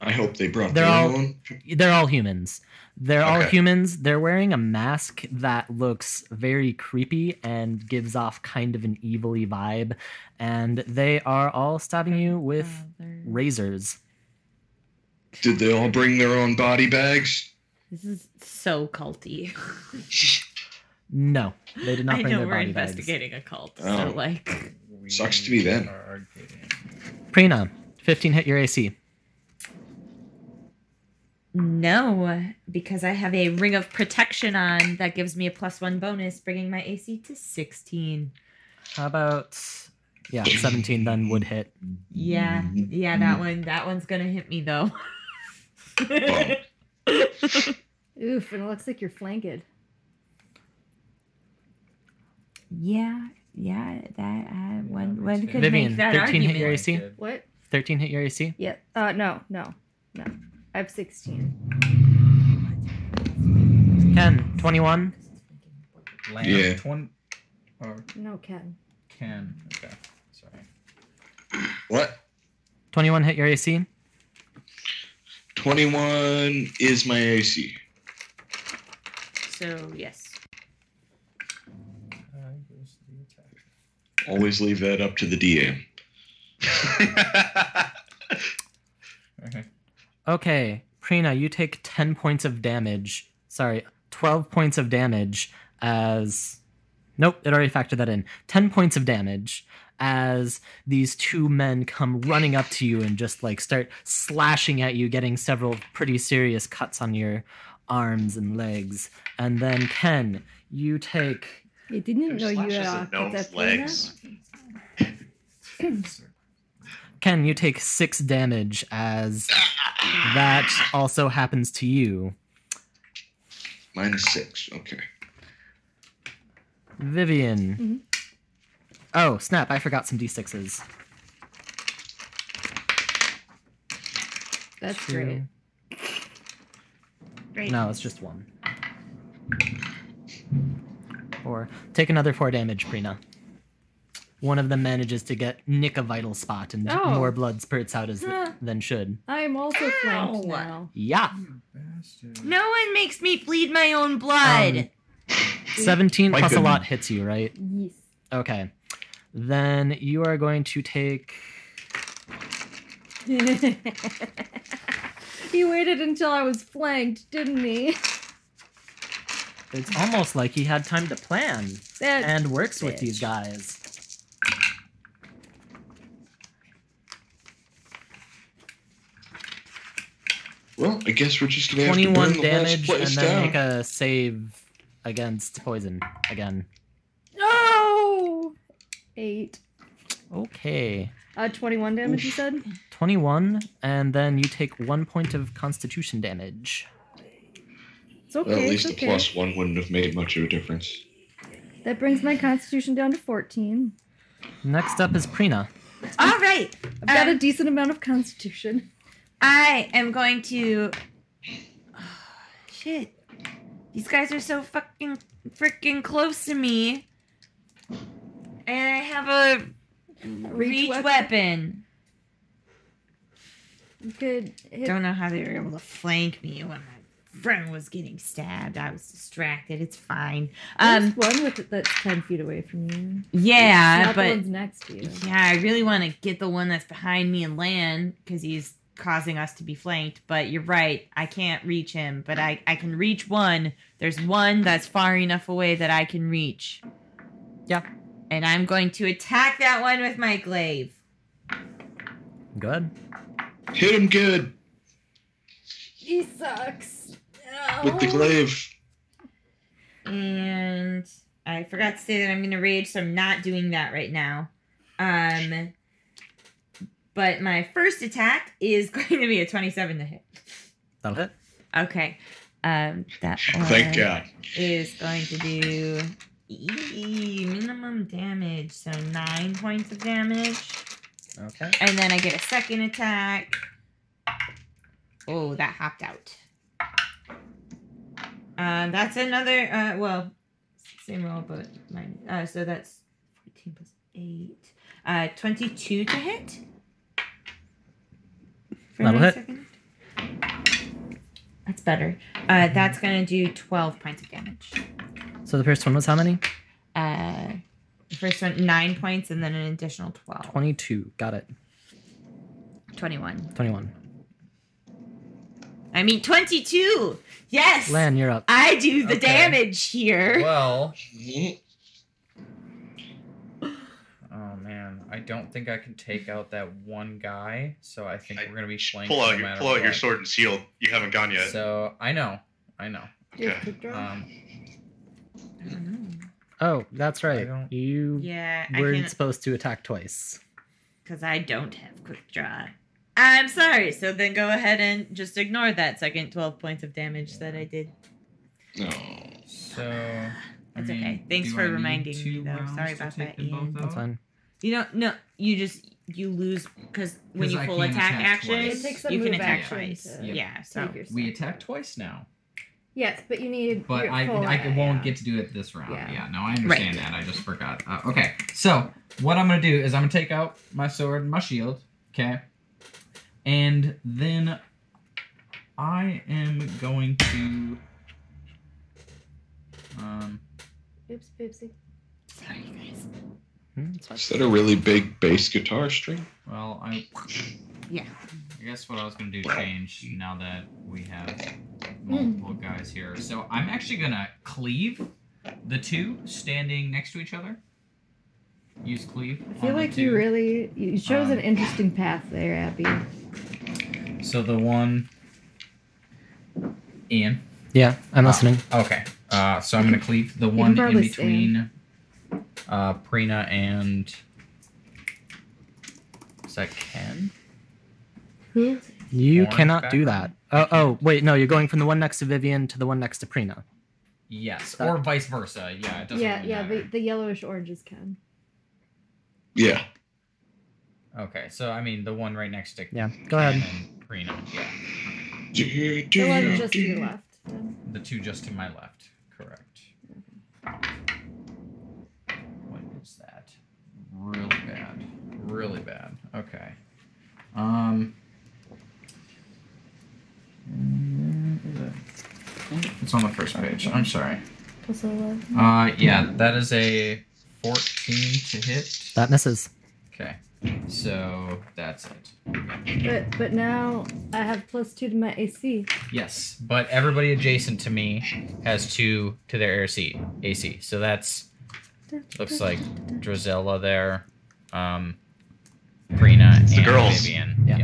A: I hope they brought
B: They're
A: their
B: all-
A: own.
B: they're all humans. They're all
D: Okay.
B: humans. They're wearing a mask that looks very creepy and gives off kind of an evilly vibe, and they are all stabbing
H: Oh
B: you with
H: Father.
B: razors.
A: Did they all bring their own body bags?
H: This is so culty.
B: No, they did not
H: [LAUGHS] I
B: bring
H: know
B: their
H: we're
B: body bags.
H: investigating a cult,
A: Oh.
H: so like,
A: Sucks to be them.
G: Are getting-
B: Prina, fifteen hit your AC.
H: no, because I have a ring of protection on that gives me a plus one bonus, bringing my AC to sixteen.
B: How about yeah, seventeen then would hit.
H: Yeah,
B: Mm-hmm.
H: yeah, that one, that one's gonna hit me though.
B: Oh.
C: Oof, and it looks like you're flanked.
H: [LAUGHS] yeah, yeah, that uh, one, one could
B: Vivian,
H: make that
B: thirteen hit
H: argument.
B: your AC.
C: What?
B: Thirteen hit your AC.
C: Yeah. Uh, no, no, no. I have 16.
B: Ken, twenty-one.
G: Lamb,
A: Yeah.
G: 20, uh, or
C: No, Ken.
G: 10. Okay. Sorry.
A: What?
B: Twenty-one hit your AC.
A: 21 is my AC.
H: uh, So yes,
G: Uh, goes to the attack.
A: Always leave that up to the
D: [LAUGHS]
A: DM.
G: Okay.
B: Okay, Prina, you take 10 points of damage. Sorry, 12 points of damage as. Nope, it already factored that in. 10 points of damage as these two men come running up to you and just like start slashing at you, getting several pretty serious cuts on your arms and legs. And then, Ken, you take.
C: You didn't know
D: There's
C: you
D: slashes
C: uh,
D: in
C: got
D: gnome's
C: that
D: legs.
B: Ken, you take six damage as that also happens to you.
A: Minus six. Okay.
B: Vivian.
C: Mhm.
B: Oh, snap, I forgot some d6s.
C: That's
B: Two.
C: great.
H: great.
B: No, it's just one. Or take another four damage, Prina. One of them manages to get nick a vital spot, and
C: Oh.
B: more blood spurts out as
C: Huh.
B: than should.
C: I'm also flanked
H: Ow.
C: now.
B: Yeah,
G: You bastard.
H: No one makes me bleed my own blood.
B: Um, seventeen
F: Why
B: plus a
F: couldn't-
B: lot hits you, right?
C: Yes.
B: Okay, then you are going to take.
C: he waited until I was flanked, didn't he?
B: It's almost like he had time to plan
C: That
B: and works with
C: bitch.
B: these guys.
A: Well, I guess we're just going to have to burn
B: 21
A: the
B: damage
A: last
B: and
A: place
B: then
A: down.
B: make a save against poison again.
C: no. Eight.
B: Okay.
C: Uh, 21 damage. You said.
B: 21 and then you take 1 point of constitution damage.
C: It's okay.
A: Well, at least
C: it's
A: the
C: okay.
A: plus one wouldn't have made much of a difference.
C: That brings my constitution down to 14.
B: Next up is Prina.
H: All right.
C: I've got a
H: Um,
C: decent amount of constitution.
H: I am going to. [SIGHS] shit. These guys are so fucking freaking close to me. And I have a reach,
C: weapon.
H: weapon.
C: You could hit
H: Don't know how they were able to flank me when I friend was getting stabbed. I was distracted. It's fine.
C: There's
H: Um,
C: one with that's ten feet away from you.
H: yeah,
C: Not the
H: but
C: one's next to you.
H: yeah, I really want to get the one that's behind me and land because he's causing us to be flanked. But you're right, I can't reach him. But I, I can reach one. There's one that's far enough away that I can reach.
B: Yeah.
H: And I'm going to attack that one with my glaive.
B: Go ahead.
A: Hit him good
C: He sucks.
A: with
C: Oh.
A: the glaive.
H: And I forgot to say that I'm going to rage, so I'm not doing that right now. Um, but my first attack is [LAUGHS] going to be a 27 to hit.
B: That'll hit.
H: Okay. Um, that
A: Thank
H: one
A: God.
H: is going to do ee, minimum damage, so nine points of damage,
B: Okay.
H: and then I get a second attack. Oh, that hopped out. Uh, that's another. Uh, well, same roll, but mine. Uh, so that's fourteen plus eight. Uh, twenty-two to hit. For
B: That'll
H: my
B: hit.
H: second- That's better. Uh, that's gonna do twelve points of damage.
B: So the first one was how many?
H: Uh, the first one nine points, and then an additional 12.
B: 22. Got it.
H: 21.
B: 21.
H: I mean, 22. Yes.
B: Lan, you're up.
H: I do the
G: Okay.
H: damage here.
G: Well. [SIGHS] Oh man, I don't think I can take out that one guy, so I think
I: I-
G: we're gonna be flanked.
I: Pull
G: no
I: out your
G: matter
I: pull out your
G: what.
I: sword and shield. You haven't gone yet.
G: So I know, I know.
I: Okay.
A: uh,
G: Um,
B: Oh, that's right.
G: don't-
B: You
H: Yeah, I
B: weren't
H: can't
B: supposed to attack twice.
H: because I don't have quick draw. I'm sorry. So then go ahead and just ignore that second 12 points of damage that I did.
A: Oh.
G: so I
H: That's
G: mean,
H: okay. Thanks
G: do
H: for
G: I need
H: reminding me,
G: two
H: though.
G: rounds
H: Sorry
G: to
H: about
G: take
H: that,
G: them both
H: Ian.
G: out?
B: That's fine.
H: You don't, no, you just, you lose because when
G: 'Cause
H: you
G: I
H: full
G: can't
H: attack,
G: attack
H: action,
G: twice.
C: It takes a
H: you can
C: move
H: attack
C: action
H: twice.
C: to
H: Yeah,
G: Yeah.
H: so.
C: Take your
G: We
C: step.
G: attack twice now,
C: Yes, but you need.
G: but
C: your
G: I,
C: full
G: I
C: action.
G: won't get to do it this round.
C: Yeah.
G: Yeah, no, I understand that. I just forgot. Uh, okay, so what I'm gonna do is I'm gonna take out my sword, and my shield, okay, and then I am going to um.
C: Oops, oopsie.
H: Sorry, guys.
B: Hmm, That's fine.
A: Is that a really big bass guitar string?
G: Well, I.
H: Yeah.
G: I guess what I was gonna do change now that we have multiple guys here. So I'm actually gonna cleave the two standing next to each other. Use cleave.
C: I feel
G: on the
C: like you
G: two.
C: really you chose
G: Um,
C: an interesting path there, Abby.
G: So the one. Ian.
B: Yeah, I'm listening.
G: Okay. Uh, so I'm gonna cleave the
C: can
G: one in
C: probably
G: between. Uh, Prina and. Is that Ken?
C: Who?
B: You
G: Orange
B: cannot do that.
G: background.
B: Oh, oh, wait, no, you're going from the one next to Vivian to the one next to Prina.
G: Yes, or vice versa. Yeah, it doesn't.
C: Yeah,
G: really
C: yeah.
G: matter.
C: The, the yellowish oranges can.
A: Yeah.
G: Okay, so I mean the one right next to
B: Yeah, go ahead.
G: and Reno. Yeah,
C: The one just to your left. then.
G: the two just to my left. Correct. What is that? Really bad. Really bad. Okay. Um. It's on the first page. I'm sorry.
C: Plus eleven.
G: Uh, yeah, that is a 14 to hit.
B: That misses.
G: Okay, so that's it.
C: But but now I have plus two to my AC.
G: Yes, but everybody adjacent to me has two to their AC. AC. So that's looks like Drizella there, um, Prina,
I: the
G: and
I: girls.
G: Vivian.
B: Yeah.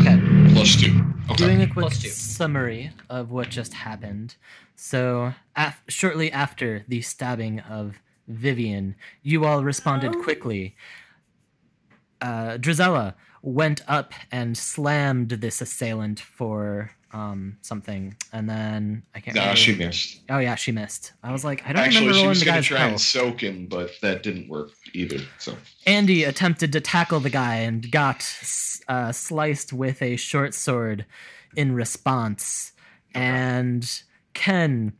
G: Yep.
B: Okay.
A: Plus two.
B: Doing a quick
G: Plus two.
B: summary of what just happened. So, af- shortly after the stabbing of Vivian, you all responded
G: Oh.
B: quickly. Uh, Drizella went up and slammed this assailant for um, something, and then I can't.
A: Nah,
B: remember-
A: she missed.
B: Oh yeah, she missed. I was like, I don't
A: Actually,
B: remember
A: she
B: rolling
A: was
B: the
A: gonna
B: guy's
A: try
B: health.
A: and soak him, but that didn't work either. So
B: Andy attempted to tackle the guy and got uh, sliced with a short sword in response. And Ken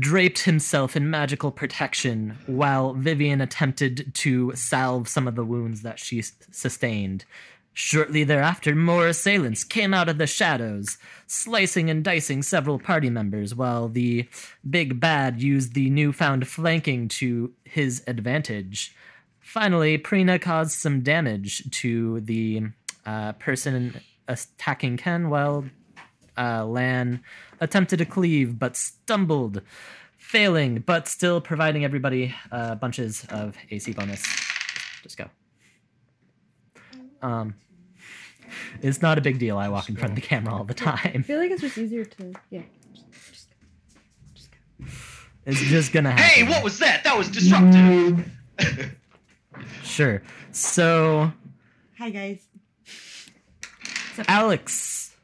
B: draped himself in magical protection while Vivian attempted to salve some of the wounds that she s- sustained. Shortly thereafter, more assailants came out of the shadows, slicing and dicing several party members, while the big bad used the newfound flanking to his advantage. Finally, Prina caused some damage to the uh, person attacking Ken, while uh, Lan attempted to cleave but stumbled, failing, but still providing everybody uh, bunches of AC bonus. Just go. Um, it's not a big deal. I walk in front of the camera all the
C: I
B: time. [LAUGHS]
C: feel like it's just easier to yeah.
B: It's just gonna happen.
I: Hey, what was that? That was disruptive.
B: Sure. So,
H: Hi guys.
B: Alex,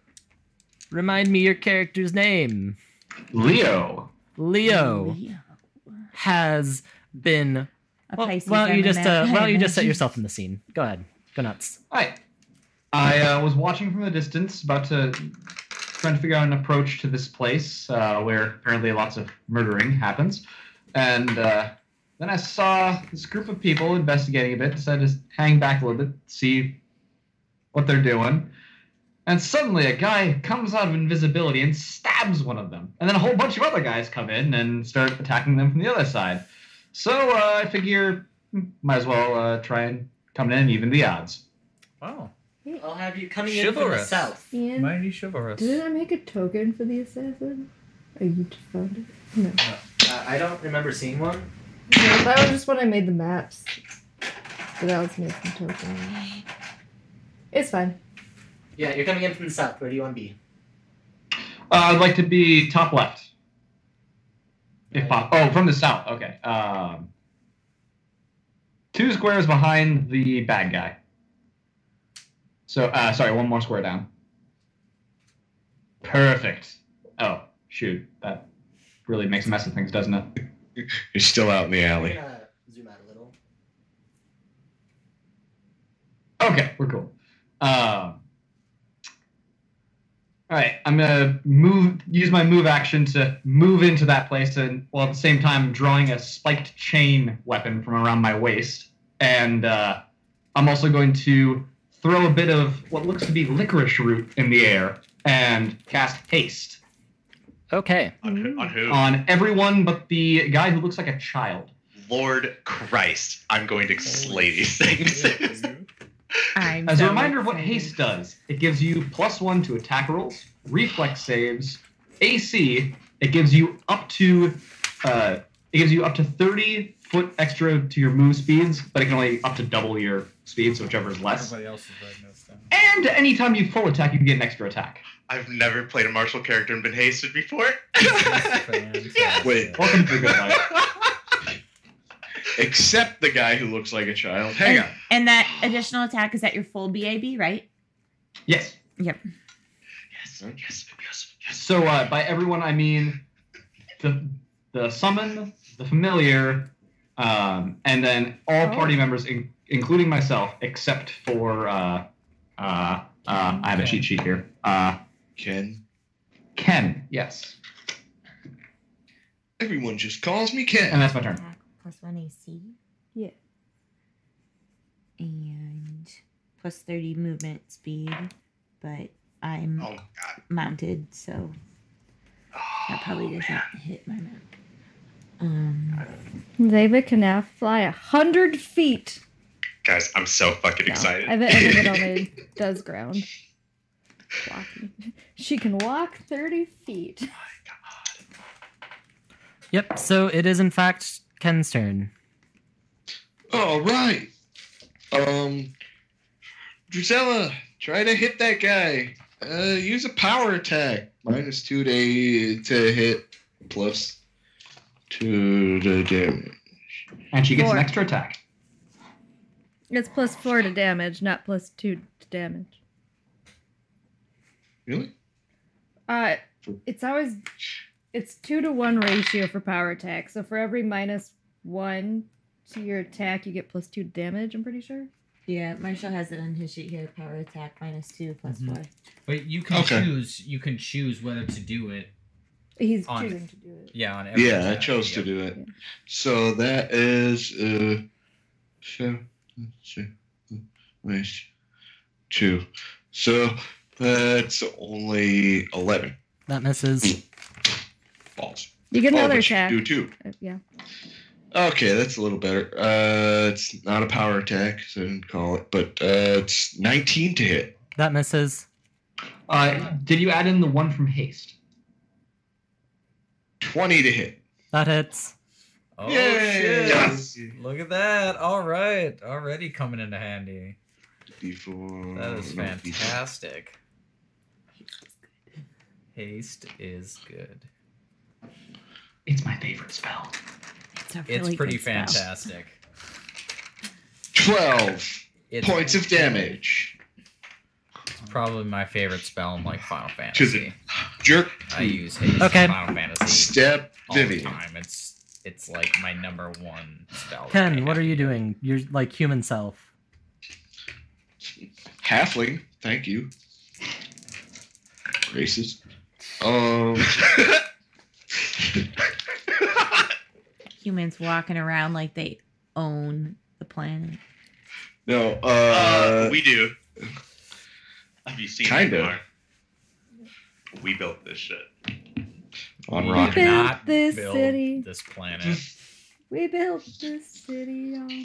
B: remind me your character's name.
F: Leo.
B: Leo has been.
H: A
B: Well,
H: Pisces
B: why don't you
H: I'm a
B: just
H: ma-
B: uh, why don't you
H: [LAUGHS]
B: just set yourself in the scene? Go ahead. Go nuts.
F: Hi. I uh, was watching from a distance, about to trying to figure out an approach to this place uh, where apparently lots of murdering happens. And uh, then I saw this group of people investigating a bit, so I just hang back a little bit, see what they're doing. And suddenly a guy comes out of invisibility and stabs one of them. And then a whole bunch of other guys come in and start attacking them from the other side. So uh, I figure hmm, might as well uh, try and come in and even the odds.
G: Wow.
B: I'll have you coming
G: in from the Chivalrous. south.
C: And
G: Mighty chivalrous.
C: didn't I make a token for the assassin? Oh, you just found it. No,
B: Uh, I don't remember seeing one.
C: No, that was just when I made the maps. But that was making token. It's fine.
B: Yeah, you're coming in from the south. Where do you want to be?
F: Uh, I'd like to be top left. If
B: Right.
F: po- oh, from the south. Okay. Um, two squares behind the bad guy. So, uh, sorry, one more square down. Perfect. Oh, shoot. That really makes a mess of things, doesn't it?
A: You're still out in the alley.
B: gonna zoom out a little.
F: Okay, we're cool. Um, all right, I'm gonna move. Use my move action to move into that place, and while at the same time drawing a spiked chain weapon from around my waist, and uh, I'm also going to throw a bit of what looks to be licorice root in the air and cast haste
B: Okay.
D: On, who- on who?
F: on everyone but the guy who looks like a child.
D: Lord Christ, I'm going to slay these things. [LAUGHS]
H: I'm
F: As a
H: so
F: reminder of what
H: excited.
F: haste does, it gives you plus one to attack rolls, reflex saves, AC. It gives you up to uh, it gives you up to thirty foot extra to your move speeds, but it can only up to double your speed, so whichever is less.
G: Everybody else is writing this [LAUGHS] down.
F: And anytime you full attack, you can get an extra attack.
D: I've never played a martial character and been hasted before.
G: Fantastic.
A: Wait.
F: Welcome to the good life.
A: Except the guy who looks like a child. Hang
H: And,
A: on.
H: and that additional attack is at your full BAB, right?
F: Yes.
D: Yes, yes, yes, yes.
F: So uh, by everyone, I mean the the summon, the familiar, um, and then all party members, in, including myself, except for uh, uh, uh, I have a cheat sheet here. Uh,
A: Ken.
F: Ken, yes,
A: Everyone just calls me
F: and
A: Ken.
F: that's my turn.
H: Attack plus one AC.
C: Yeah.
H: And plus 30 movement speed, but I'm
D: Oh, God.
H: mounted, so that probably doesn't hit my mount. Um,
C: David can now fly a hundred feet.
D: Guys, I'm so fucking
C: No,
D: excited.
C: I bet
D: [LAUGHS]
C: David only does ground. Walking. She can walk thirty feet.
B: Yep. So it is in fact Ken's turn.
A: All right. Um, Drusella, try to hit that guy. Uh, use a power attack. Minus two to, to hit, plus two to damage.
F: And she gets
C: Four.
F: an extra attack.
C: It's plus four to damage, not plus two to damage.
A: Really?
C: Uh, it's always it's two to one ratio for power attack. So for every minus one to your attack, you get plus two damage. I'm pretty sure.
H: yeah, Marshall has it on his sheet here power attack minus two, plus
G: Mhm.
H: four.
G: But you can
A: Okay.
G: choose. You can choose whether to do it.
C: He's
G: On-
C: choosing to do it.
G: Yeah. On every
A: Yeah, I
G: attack,
A: chose
G: yeah.
A: to do it.
C: Yeah.
A: So that is uh, so, so, minus two. So that's only 11
B: That misses.
A: balls.
C: You get
A: All of
C: another
A: which
C: attack.
A: Oh, Do two.
C: Uh, yeah.
A: Okay, that's a little better. Uh, it's not a power attack, so I didn't call it, but uh, it's 19 to hit.
B: That misses.
F: Uh, did you add in the one from haste?
A: 20 to hit.
B: That hits.
G: Oh
A: Yay!
G: shit!
A: Yes!
G: Look at that! All right, already coming into handy.
A: D4.
G: That is
A: no, D4.
G: fantastic. Haste is good.
F: It's my favorite spell.
H: It's, a
G: It's
H: really
G: pretty
H: good spell.
G: fantastic.
A: 12
G: It's
A: points of damage.
G: It's probably my favorite spell in like Final
A: To
G: Fantasy.
A: the jerk.
F: Hmm.
G: I use haste
B: Okay.
G: in Final Fantasy
A: Step
G: all the
A: Vivian.
G: time. It's it's like my number one spell. that I
B: Ken, what
G: have.
B: are you doing? You're like human self.
A: Halfling. Thank you. Racist. Um,
H: Humans walking around like they own the planet. [GASPS]
A: no. Uh,
D: Uh, we do. Have you seen
A: Kinda.
D: Neymar? We built this [GASPS] shit.
A: on
G: We
A: rock.
G: did
C: Built
G: not
C: this
G: build
C: city.
G: this planet.
C: We built this city on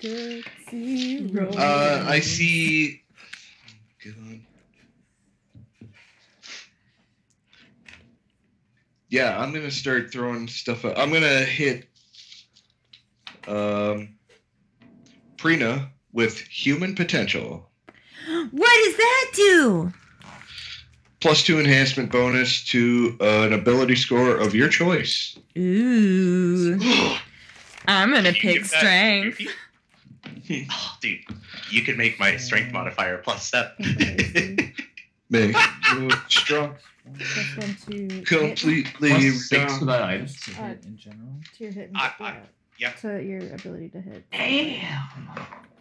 C: good zero.
A: Uh, I see. God. Yeah, I'm gonna start throwing stuff. Out. I'm gonna hit um, Prina with human potential.
H: What does that do?
A: plus two enhancement bonus to an ability score of your choice.
H: Ooh. I'm gonna
D: Can you
H: pick
D: give that-
H: strength.
D: [LAUGHS] Oh, dude, you could make my strength modifier plus [LAUGHS] step.
A: Make you strong
C: Plus one to
A: completely
F: Plus six
A: down.
F: for that item.
C: hit
G: in general.
C: hit, to your hit. and-
D: I- I- yeah.
C: To your ability to hit.
F: Damn.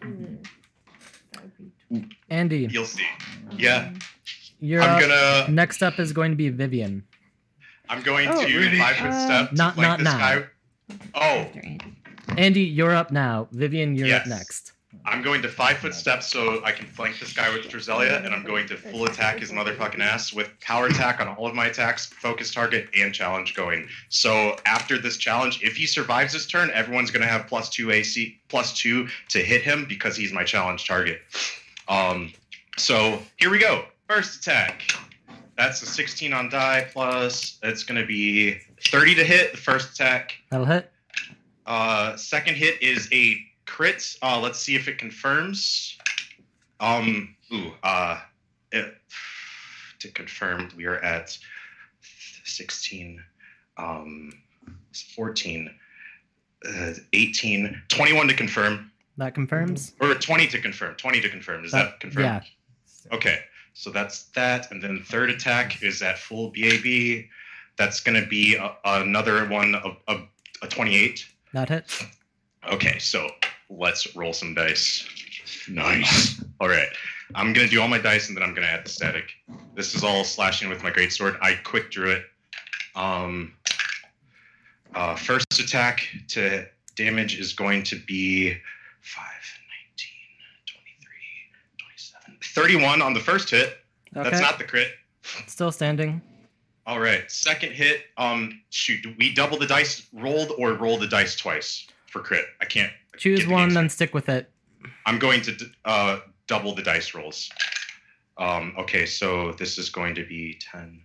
C: Mm. That would be
B: Andy,
D: You'll see.
C: 12.
D: Yeah.
B: you're
D: I'm
B: up.
D: gonna.
B: Next up is going to be Vivian.
D: I'm going
C: Oh,
D: to
A: really?
D: five foot
C: Uh,
D: step. to
B: Not- not
D: flank this
B: now.
D: guy. Oh,
H: After Andy.
B: Andy, you're up now. Vivian, you're up
D: Yes.
B: next.
D: I'm going to five foot step so I can flank this guy with Drzelia, and I'm going to full attack his motherfucking ass with power attack on all of my attacks, focus target, and challenge going. So after this challenge, if he survives this turn, everyone's going to have plus two AC, plus two to hit him because he's my challenge target. Um, so here we go. First attack. That's a 16 on die plus. It's going to be 30 to hit the first attack.
B: That'll hit.
D: Uh, second hit is a crit. Uh, let's see if it confirms. Um, ooh, uh, it- to confirm, we are at 16, um, 14, uh, 18, 21 to confirm,
B: That confirms.
D: or 20 to confirm. 20 to confirm. Is that confirmed?
B: Yeah.
D: Okay, so that's that. And then third attack is at full BAB. That's going to be a, another one, of a, a 28.
B: That hits.
D: Okay, so let's roll some dice.
A: Nice.
D: All right, I'm gonna do all my dice and then I'm gonna add the static. This is all slashing with my greatsword. I quick drew it. Um, uh, first attack to damage is going to be 5, 19, 23, 27, 31 on the first hit.
B: Okay.
D: That's not the crit.
B: Still standing.
D: All right, second hit. Um, shoot, do we double the dice rolled or roll the dice twice for crit? I can't I
B: Choose
D: get the
B: one,
D: games
B: then stick with it.
D: I'm going to d- uh, double the dice rolls. Um, okay, so this is going to be 10,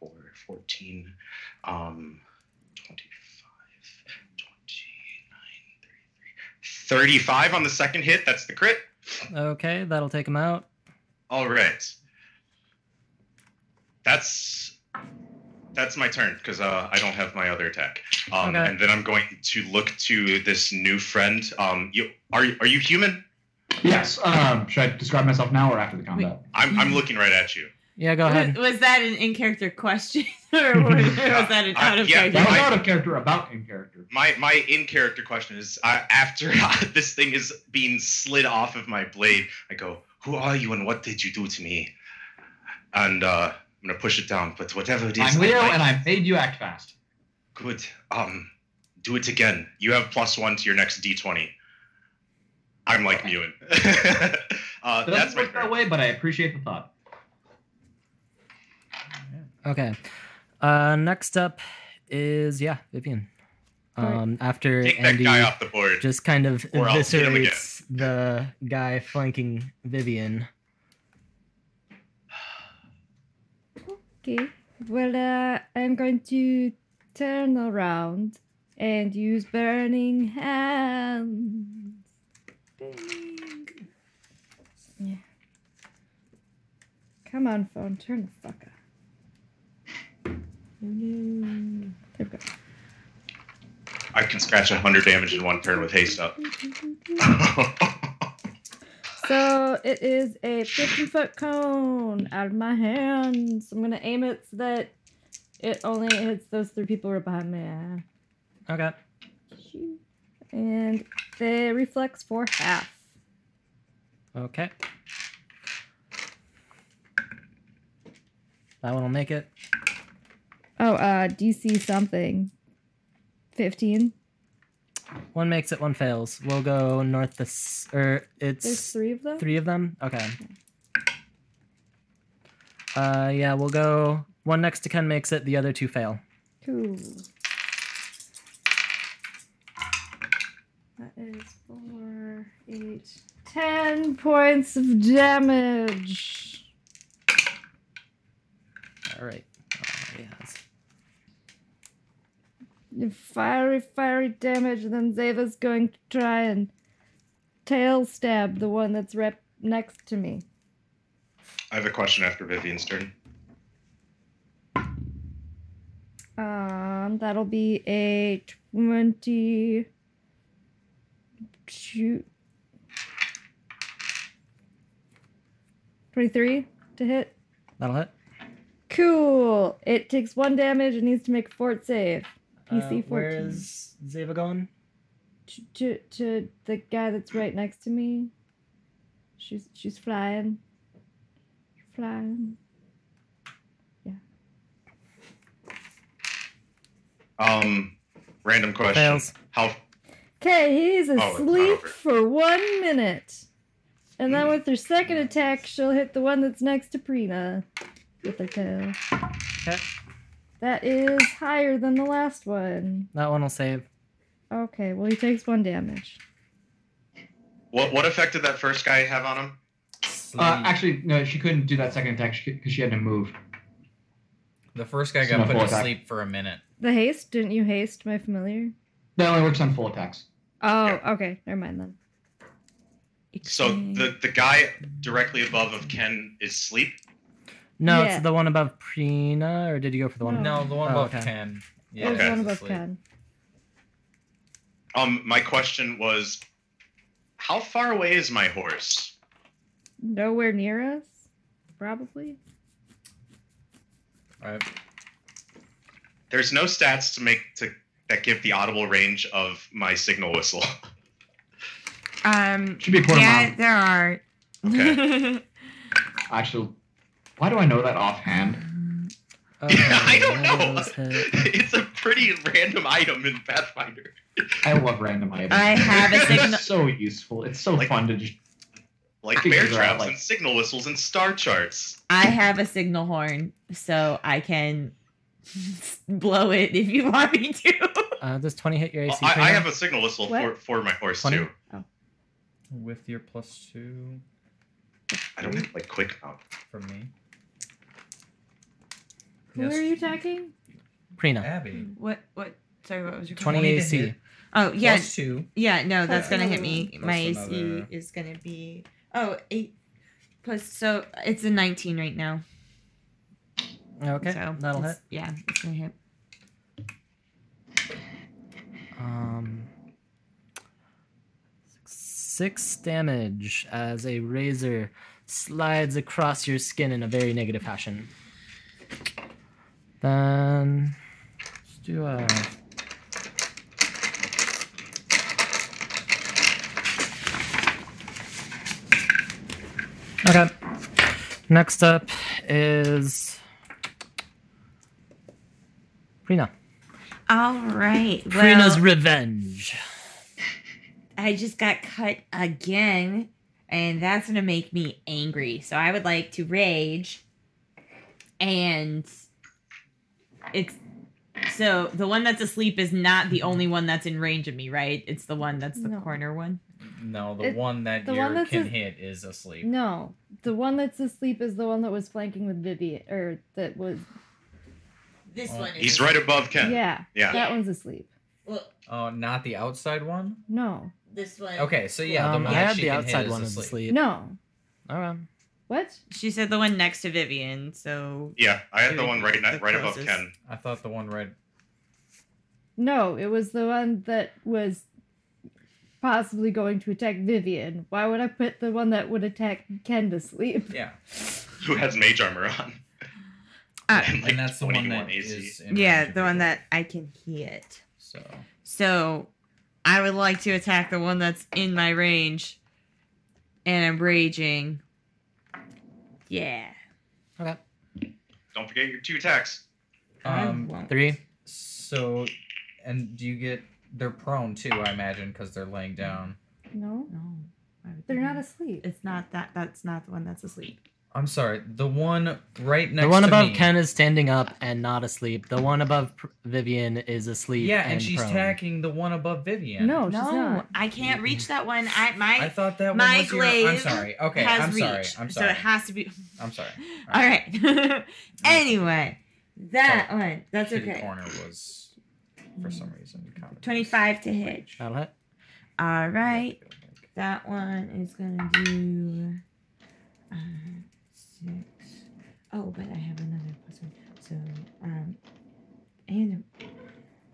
D: 4, 14, um, 25, 29, 33, 35 on the second hit. That's the crit.
B: Okay, that'll take him out.
D: All right. That's that's my turn because uh, I don't have my other attack. Um,
B: Okay.
D: And then I'm going to look to this new friend. Um, you are you- are you human?
F: Yes. Um, should I describe myself now or after the combat?
D: I'm I'm looking right at you.
B: Yeah, go ahead.
H: Was, was that an in character question [LAUGHS] or was, or
D: [LAUGHS]
H: was that an
D: Uh,
H: out of
D: yeah,
H: character?
F: That was
D: I-
F: out of character, about in character.
D: my my in character question is uh, after [LAUGHS] this thing is being slid off of my blade i go who are you and what did you do to me and uh i'm gonna push it down but whatever it is
F: I'm Leo,
D: I like-
F: and I made you act fast.
D: good um do it again you have plus one to your next d20 i'm like Mewin. [LAUGHS] Uh,
F: It doesn't
D: that's my
F: work that
D: turn.
F: way, but I appreciate the thought.
B: Okay. Uh, next up is yeah, Vivian. Um, after
D: Take that
B: Andy
D: guy off the board.
B: just kind of
D: Or I'll hit him again.
B: eviscerates the guy flanking Vivian.
C: Okay. Well, uh, I'm going to turn around and use burning hands. Burning. Yeah. Come on, phone. Turn the fuck up. No. There we go.
D: I can scratch 100 damage in one turn with haste up. [LAUGHS]
C: So it is a 15 foot cone out of my hands. I'm gonna aim it so that it only hits those three people right behind me.
B: Okay.
C: And the reflex for half.
B: Okay. That one will make it.
C: Oh, uh, DC something. 15.
B: One makes it, one fails. We'll go north this or
C: There's
B: it's
C: three of them?
B: three of them. Okay. Uh yeah, we'll go one next to Ken makes it, the other two fail.
C: Cool. That is four, eight, ten points of damage.
B: All right. Oh, yes.
C: fiery, fiery damage, and then Zava's going to try and tail stab the one that's right next to me.
D: I have a question after Vivian's turn.
C: Um, that'll be a twenty. Shoot. Twenty-three to hit.
B: That'll hit.
C: Cool. It takes one damage and needs to make a fort save. PC
B: Uh, where
C: 14.
B: is Zeva going?
C: to, to, to the guy that's right next to me. She's she's flying. Flying.
D: Um, random question.
B: Fails.
D: How?
C: Okay, he's
D: Oh, not
C: asleep
D: over. Mm.
C: for one minute. And then with her second attack, she'll hit the one that's next to Prina with her tail.
B: Okay.
C: That is higher than the last one.
B: That one will save.
C: Okay, well he takes one damage.
D: What what effect did that first guy have on him?
F: Uh,
G: Sleep.
F: actually, no, she couldn't do that second attack because she had to move.
G: the first guy
F: it's
G: got
F: my
G: put
F: full
G: to
F: attack.
G: sleep for a minute.
C: The haste, didn't you haste my familiar?
F: That only works on full attacks.
C: Oh,
D: Yeah.
C: okay, never mind then.
D: So
C: Hmm.
D: the the guy directly above of Ken is sleep.
B: No,
C: Yeah.
B: it's the one above Prina, or did you go for the one?
G: No, the one
B: Oh,
G: above
B: okay.
G: ten. Yeah,
C: There's
D: Okay.
C: one above
G: sleep.
C: Ken.
D: Um, my question was, how far away is my horse?
C: nowhere near us, probably.
G: Right.
D: There's no stats to make to that give the audible range of my signal whistle. [LAUGHS]
H: Um,
F: Should be a quarter
H: yeah,
F: mile.
H: there are.
D: Okay.
F: Actually, why do I know that offhand?
B: Okay,
D: [LAUGHS] I don't
B: neither of
D: know.
B: those hit.
D: it's a pretty random item in Pathfinder.
F: I love random
H: [LAUGHS]
F: items.
H: I have a
F: It's
H: signal.
F: [LAUGHS] so useful. It's so
D: Like-
F: fun to just.
D: Like
F: Figure
D: bear
F: it out,
D: traps
F: like-
D: and signal whistles and star charts.
H: I have a signal horn, so I can [LAUGHS] blow it if you want me to.
B: Uh, does twenty hit your AC?
D: Oh, I, I
B: Prina?
D: have a signal whistle for,
C: What?
D: for my horse
B: Funny.
D: too.
G: With your plus two
D: I
C: Hmm?
D: don't have like quick um, mount.
G: from me.
C: Who
G: Yes.
C: are you attacking?
B: Prina.
G: Abby.
H: What? What? Sorry, what was your
B: Twenty
G: to
B: AC.
G: hit.
H: Oh yeah,
G: Plus two.
H: yeah. No, that's
G: Yeah.
H: gonna hit me.
G: Plus
H: My AC
G: another-
H: is gonna be oh eight plus. So it's a nineteen right now.
B: Okay,
H: so
B: that'll hit.
H: it's- Yeah, it's gonna hit.
B: Um, six damage as a razor slides across your skin in a very negative fashion. Then let's do a. Okay. Next up is Prina.
H: All right. Well,
B: Prina's revenge.
H: I just got cut again, and that's gonna make me angry. So I would like to rage, and it's so the one that's asleep is not the only one that's in range of me, right? It's the one that's the
C: No.
H: corner one.
G: No, the
C: It-
G: one that
C: the
G: you
C: one
G: can
C: that's a-
G: hit is asleep.
C: No, the one that's asleep is the one that was flanking with Vivian, or that was
H: This
G: Oh.
H: one is
D: He's right above Ken.
C: yeah,
D: Yeah.
C: that one's asleep.
H: Well,
G: Oh, not the outside one.
C: No,
H: this one.
G: Okay, so yeah,
B: um,
G: the
B: I
G: one
B: had
G: she
B: the
G: can
B: outside
G: hit
B: one
G: is
B: is
G: asleep.
B: asleep.
C: no,
B: All right.
C: what?
H: She said the one next to Vivian. So
D: Yeah, I had the
H: Dude,
D: one right
H: the
D: right above
H: closest.
D: Ken.
G: I thought the one right.
C: No, it was the one that was possibly going to attack Vivian. Why would I put the one that would attack Ken to sleep? [LAUGHS]
G: Yeah,
D: Who has mage armor on?
I: [LAUGHS]
H: Ah,
D: And, like,
G: and that's the one
D: 21
G: that
D: AC.
G: is. in
H: yeah,
G: range of
H: the one
G: you.
H: that I can hit.
G: So
H: So I would like to attack the one that's in my range. And I'm raging. Yeah.
B: Okay.
D: Don't forget your two attacks.
G: um,
B: Three.
G: so, and do you get? They're prone too, I imagine, because they're laying down.
C: No,
H: No. I would-
C: they're not asleep.
H: It's not that. That's not the one that's asleep.
G: I'm sorry, the one right next.
B: The one
G: to
B: above
G: me-
B: Ken is standing up and not asleep. The one above Pr- Vivian is asleep.
G: Yeah, and she's
B: prone.
G: attacking the one above Vivian.
C: No, she's
H: No,
C: not.
H: I can't reach that one. I my
G: I thought that
H: my
G: one was your. I'm
H: glaive
G: sorry. Okay,
H: has
G: I'm sorry.
H: reach,
G: I'm
H: so
G: sorry.
H: it has to be. [LAUGHS]
G: I'm sorry.
H: All right. [LAUGHS] anyway, that one. That's
G: Kitty
H: okay.
G: Corner was, for some reason, kind of- Oh,
H: Twenty-five to hit.
B: That'll hit.
H: All right. That one is gonna do uh, six. Oh, but I have another plus one. So um, and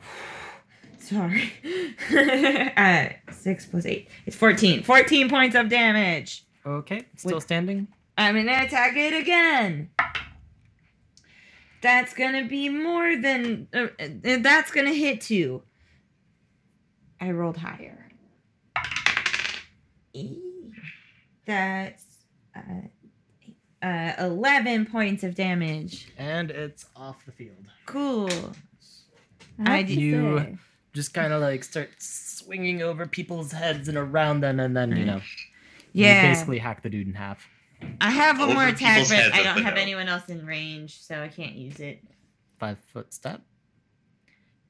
H: [SIGHS] sorry. [LAUGHS] uh, six plus eight. It's fourteen. Fourteen points of damage.
B: Okay. Still
H: With-
B: standing.
H: I'm gonna attack it again. That's gonna be more than. Uh, uh, that's gonna hit two. I rolled higher. Eee. That's uh, uh, 11 points of damage.
B: And it's off the field.
H: Cool.
C: I have
H: I
C: to
B: you-
C: say,
B: Just kind of like start swinging over people's heads and around them, and then you know,
H: Yeah.
B: you basically hack the dude in half.
H: I have one
D: Over
H: more attack,
D: people's
H: but
D: heads
H: I
D: up
H: don't
D: the
H: have
D: hill.
H: anyone else in range, so I can't use it.
B: Five foot step.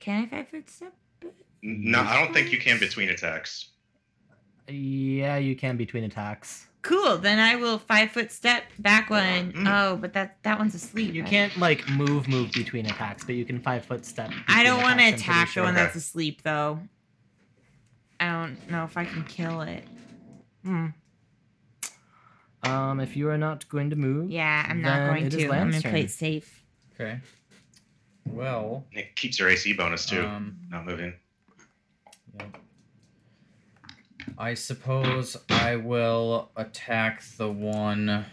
H: Can I five foot step?
D: No, I don't think you can between attacks.
B: Yeah, you can between attacks.
H: Cool. Then I will five foot step back one.
D: Mm.
H: Oh, but that that one's asleep.
B: You
H: I-
B: can't like move move between attacks, but you can five foot step.
H: I don't
B: between
H: want to
B: attacks, I'm pretty
H: attack the
B: sure.
H: one
D: Okay.
H: that's asleep though. I don't know if I can kill it. Hmm.
B: Um, if you are not going to move,
H: Yeah, I'm not
B: Then
H: going
B: it is
H: to. I'm
B: Lan's
H: gonna play
B: turn.
H: it safe.
G: Okay. Well,
D: And It keeps your AC bonus too.
G: um,
D: Not moving.
G: Yep. I suppose I will attack the one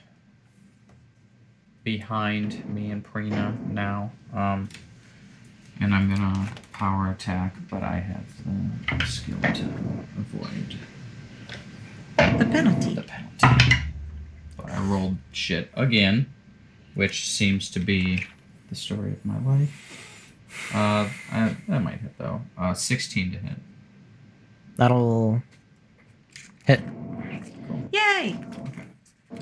G: behind me and Prina now. Um, and I'm gonna power attack, but I have the skill to avoid
H: The penalty.
G: the penalty. But I rolled shit again, which seems to be the story of my life. Uh, I, that might hit though. Uh, 16 to hit.
B: that'll hit.
H: Yay!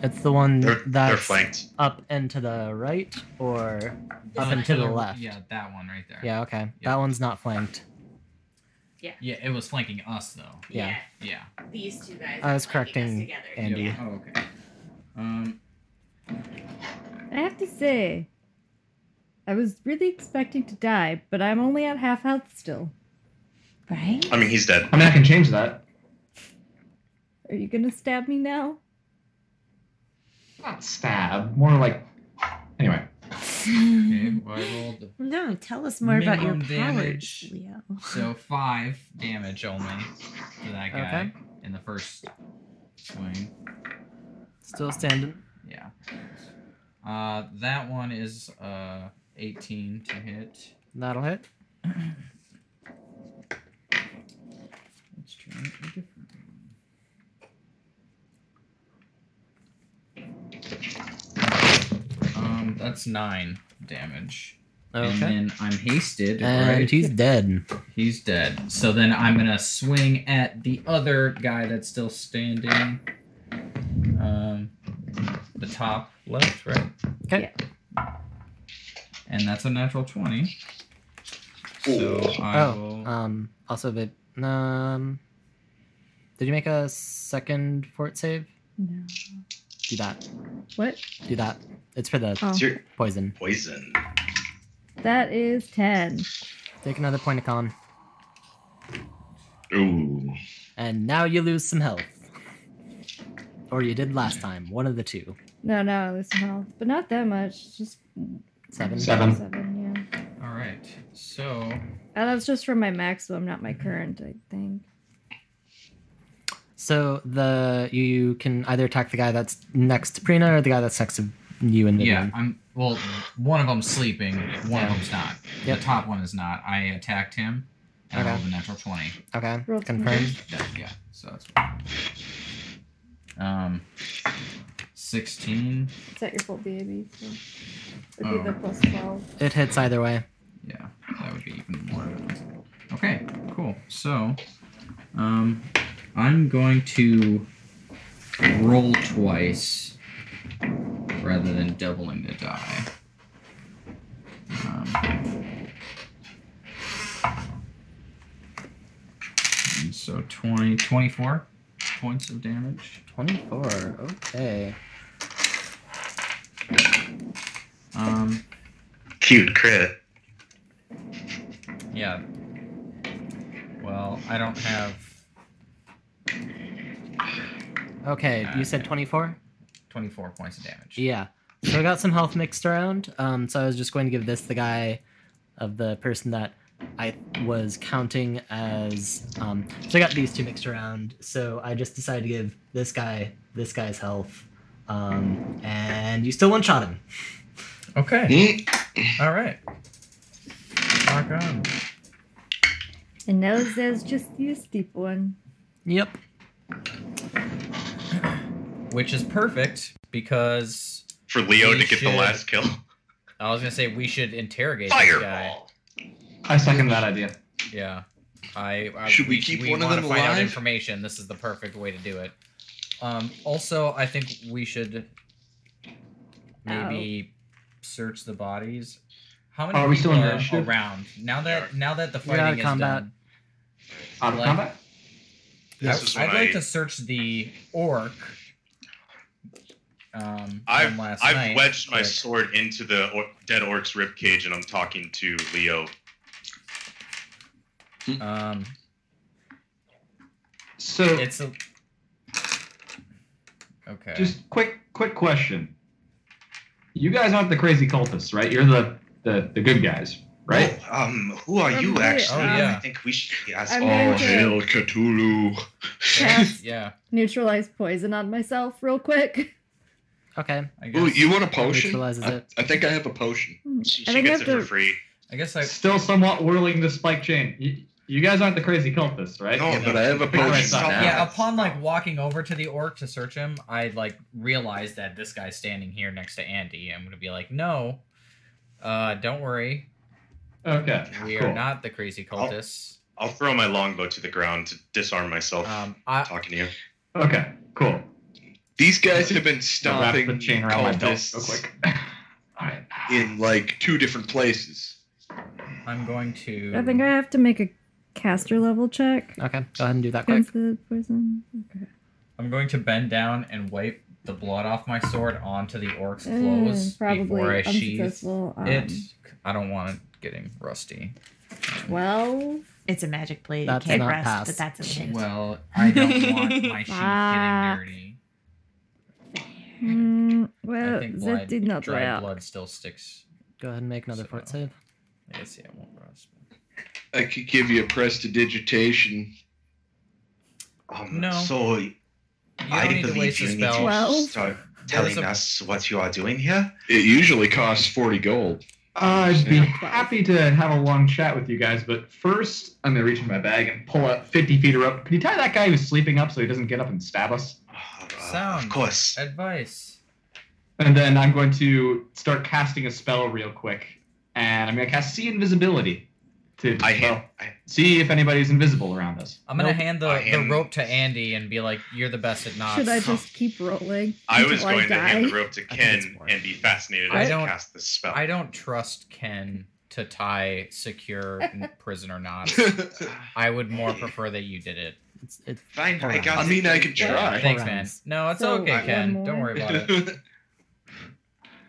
B: It's the one
D: They're, they're
B: that's
D: flanked.
B: up and to the right, or up
G: Uh,
B: and to the
G: other-
B: left.
G: Yeah, that one right there.
B: Yeah, okay.
G: Yeah.
B: That one's not flanked.
G: Yeah, it was flanking us though.
B: Yeah.
G: Yeah.
H: These two guys.
B: I was correcting Andy.
G: Yep. Oh, okay. Um,
C: I have to say, I was really expecting to die, but I'm only at half health still.
H: Right?
D: I mean, he's
C: Oh.
D: dead.
F: I mean, I can change that.
C: Are you gonna stab me now?
F: Not stab, more like. Anyway,
G: okay, well, I rolled
H: [LAUGHS] No, tell us more about your
G: Minimum
H: powers,
G: damage.
H: Leo.
G: so five damage only to that guy
B: Okay.
G: in the first swing.
B: Still standing.
G: Yeah. Uh, that one is uh 18 to hit.
B: That'll hit.
G: Let's try a different one. Um, that's nine damage. And
B: Okay.
G: then I'm hasted.
B: And
G: right?
B: he's dead.
G: He's dead. So then I'm gonna swing at the other guy that's still standing. um, top left, right?
B: Okay.
G: And that's a natural 20. So
A: Ooh.
G: I
B: Oh,
G: will.
B: um, also, but um, did you make a second fort save?
C: No.
B: Do that.
C: What?
B: Do that. It's for the
C: Oh,
I: It's your
B: poison.
I: poison.
C: that is ten.
B: Take another point of con,
A: Ooh.
B: and now you lose some health. Or you did last time. One of the two.
C: No, no, I lose some health, but not that much. Just
B: Seven.
F: Seven.
C: Seven, yeah.
B: Uh.
G: All right. So
C: Uh, that's just from my maximum, not
G: Mm-hmm.
C: my current. I think.
B: So the you, you can either attack the guy that's next to Prina or the guy that's next to you and Vivian.
G: yeah, I'm well. One of them's sleeping. One of them's not.
B: Yep.
G: The top one is not. I attacked him. And
B: Okay.
G: I rolled a natural 20.
B: Okay.
C: Roll
B: Confirmed.
G: Yeah, yeah. So that's um, sixteen.
C: [LAUGHS] Is that your full baby? So. Would
G: Oh.
C: be the plus twelve.
B: It hits either way.
G: Yeah, that would be even more. Okay, cool. So, um, I'm going to roll twice rather than doubling the die. Um, and so 20, 24 points of damage.
B: 24. Okay.
G: Um,
I: Cute crit.
G: Yeah. Well, I don't have
B: Okay. You said 24?
G: 24 points of damage.
B: Yeah. So I got some health mixed around. Um, so I was just going to give this the guy of the person that I was counting as. Um, so I got these two mixed around. So I just decided to give this guy this guy's health. Um, and you still one shot him.
G: Okay.
A: Mm.
G: All right. Rock on.
C: And now there's just this deep one.
B: Yep.
G: Which is perfect because
I: For Leo
G: We
I: to get the
G: should-
I: last kill.
G: I was gonna say we should interrogate this guy.
I: Fireball.
F: I second that idea.
G: Yeah. I, I
A: Should we keep one of
G: wanna
A: them
G: find out
A: alive?
G: information. This is the perfect way to do it. Um, also, I think we should maybe search the bodies. How many
F: Oh. Are we
G: people
F: still in
G: are
F: initiative?
G: around now that now that the
B: We're out of
G: fighting is
B: combat.
G: done?
F: Out of
G: Like-
F: combat?
I: This
G: I,
I: is
G: I'd
I: what
G: like
I: I-
G: to search the orc. Um,
I: I've,
G: from last
I: I've
G: night.
I: wedged my
G: Quick.
I: sword into the or- dead orc's ribcage and I'm talking to Leo.
G: Um,
F: So
G: it's a. Okay.
F: just quick quick question. You guys aren't the crazy cultists, right? You're the the, the good guys, right?
I: Oh, um, who are
C: Um,
I: you
C: wait,
I: actually?
G: Oh, yeah.
I: I think we should be
A: Oh,
I: asking.
C: I'm going to-
A: hail Cthulhu.
G: [LAUGHS]
C: Cast
G: yeah.
C: neutralize poison on myself real quick.
B: Okay.
G: I guess.
A: Ooh, you want a
G: Oh,
A: potion?
B: Neutralizes
A: I,
B: it.
A: I think I have a potion.
I: She,
C: I
I: she
C: think I
I: gets
C: have
I: it
C: to-
I: for free.
G: I guess I.
F: Still somewhat whirling the spike chain. You, you guys aren't the crazy cultists, right?
A: No,
I: Yeah.
A: but I have a
F: Pick the right
A: potion.
F: side.
A: now.
G: Yeah. Upon like walking over to the orc to search him, I like realized that this guy's standing here next to Andy. I'm gonna be like, no, uh, don't worry,
F: Okay.
G: we
F: cool.
G: are not the crazy cultists.
I: I'll throw my longbow to the ground to disarm myself.
G: Um, I,
I: talking to you.
F: Okay, cool.
A: These guys have been
F: I'll wrap
A: stopping
F: the chain around my belt
A: cultists
F: real quick. [LAUGHS] Alright.
A: in like two different places.
G: I'm going to.
C: I think I have to make a caster level check
B: Okay. Go ahead and do that quick.
C: against the poison. Okay.
G: I'm going to bend down and wipe the blood off my sword onto the orc's
C: Mm,
G: clothes before I
C: probably
G: sheathe
C: unsuccessful. Um,
G: it. I don't want it getting rusty.
C: Twelve.
H: It's a magic blade.
B: That's
H: it can't
B: not
H: rust,
B: pass.
H: but that's a shit.
G: Well, I don't
C: [LAUGHS]
G: want my sheath
C: Ah.
G: getting dirty.
C: Mm,
G: I
C: well,
G: think
C: that
G: blood,
C: did not
G: dry
C: work.
G: blood still sticks.
B: Go ahead and make another
G: So-
B: fort save.
G: I guess yeah, it won't rust.
A: I could give you a prestidigitation.
I: Um,
G: No.
I: So you
G: You
I: I
G: don't need to
I: believe
G: waste
I: you
G: a
I: need to
G: spell.
C: Well-
I: start
G: There's
I: telling
G: a-
I: us what you are doing here.
A: It usually costs 40 gold.
F: Uh, I'd be happy to have a long chat with you guys, but first I'm gonna reach in my bag and pull up 50 feet of rope. Can you tie that guy who's sleeping up so he doesn't get up and stab us?
I: Uh,
G: Sound.
I: Of course.
G: Advice.
F: And then I'm going to start casting a spell real quick, and I'm gonna cast see invisibility. to
D: I
F: well,
D: hand, I,
F: see if anybody's invisible around us.
G: I'm gonna
B: Nope.
G: hand the,
D: I
G: the
D: am-
G: rope to Andy and be like, "You're the best at knots."
C: Should I just keep rolling?
D: I
C: until
D: was going to hand the rope to
G: think it's
D: Ken
G: worth
D: and be fascinated
G: I
D: as he
G: don't-
D: cast this spell.
A: [LAUGHS]
G: I don't trust Ken to tie
C: [LAUGHS]
G: secure n- prisoner knots. I would more prefer that you did it.
B: It's, it's
D: Fine,
B: Four
D: I got
A: I
D: it.
A: mean, I could
B: Four
A: try.
G: Thanks, man.
B: rounds.
G: No, it's
C: So,
G: okay,
C: one
G: Ken.
C: more?
G: Don't worry about it.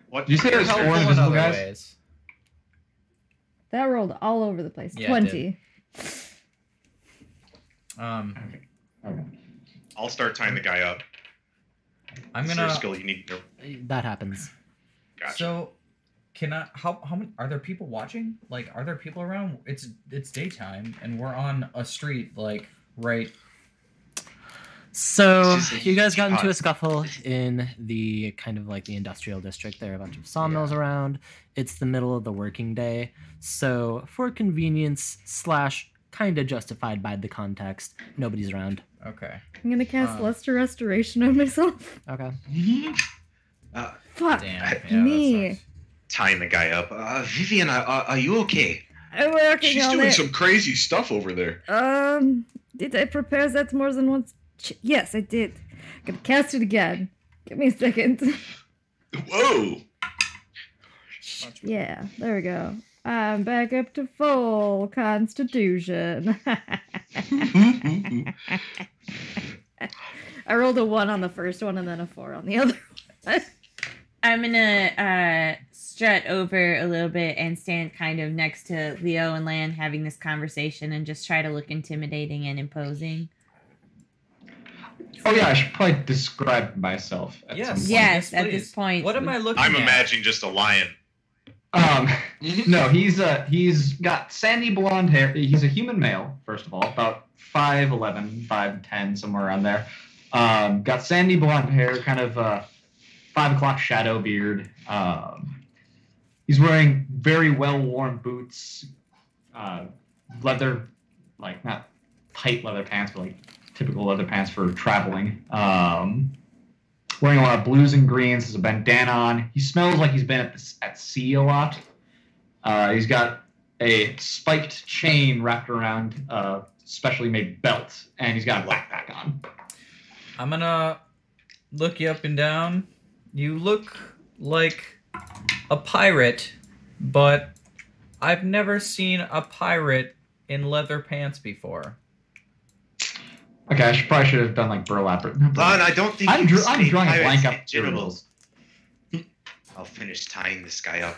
D: What
F: Did you say
D: your
F: there's
G: Helpful
F: four
G: in
F: invisible
G: other
F: guys?
G: ways.
C: That rolled all over the place.
G: Yeah, it
C: Twenty.
G: Um,
F: Okay.
D: I'll start tying the guy up.
G: I'm
D: Is
G: gonna.
D: there a skill you need to know?
B: that happens.
D: Gotcha.
G: So, can I? How how many are there people watching? Like, are there people around? It's it's daytime and we're on a street like right.
B: So
D: This is a
B: you guys got into a
D: shot.
B: scuffle in the kind of like the industrial district. There are a bunch of sawmills around. It's the middle of the working day, so for convenience slash kind of justified by the context, nobody's around.
G: Okay.
C: I'm gonna cast
G: Um,
C: Luster Restoration on myself. [LAUGHS]
B: Okay.
D: Mm-hmm. Uh,
C: Fuck
G: Damn.
D: I-
G: Yeah, that
C: me.
G: sucks.
D: tying the guy up. Uh, Vivian, uh, are, are you okay?
C: I'm working
A: She's
C: on
A: doing
C: it.
A: some crazy stuff over there.
C: Um, did I prepare that more than once? Ch- yes, I did. I'm gonna cast it again. Give me a second. [LAUGHS]
A: Whoa!
C: yeah, there we go. I'm back up to full constitution. [LAUGHS] I rolled a one on the first one and then a four on the other.
H: I'm gonna uh, strut over a little bit and stand kind of next to Leo and Lan having this conversation and just try to look intimidating and imposing.
F: Oh yeah, I should probably describe myself. At
G: Yes.
F: Some
H: Yeah.
F: point.
H: Yes, at this
G: please.
H: point,
G: What am
H: we-
G: I looking?
D: I'm
G: at?
D: imagining just a lion.
F: Um, no, he's uh he's got sandy blonde hair. He's a human male, first of all, about 5'11", 5'10", somewhere around there. Um, got sandy blonde hair, kind of uh, five o'clock shadow beard. Um, he's wearing very well worn boots, uh, leather, like not tight leather pants, but like typical leather pants for traveling. Um, wearing a lot of blues and greens. Has a bandana on. He smells like he's been at, the, at sea a lot. Uh, he's got a spiked chain wrapped around a specially made belt, and he's got a backpack on.
G: I'm gonna look you up and down. You look like a pirate, but I've never seen a pirate in leather pants before.
F: Okay, I should, probably should have done like burlap. Or, not
D: Lon,
F: burlap.
D: I don't think
F: I'm,
D: you
F: dr-
D: can
F: I'm
D: stay
F: drawing a
D: pirates
F: blank
D: in
F: up. the
D: generals.
F: rules.
D: I'll finish tying this guy [LAUGHS] up.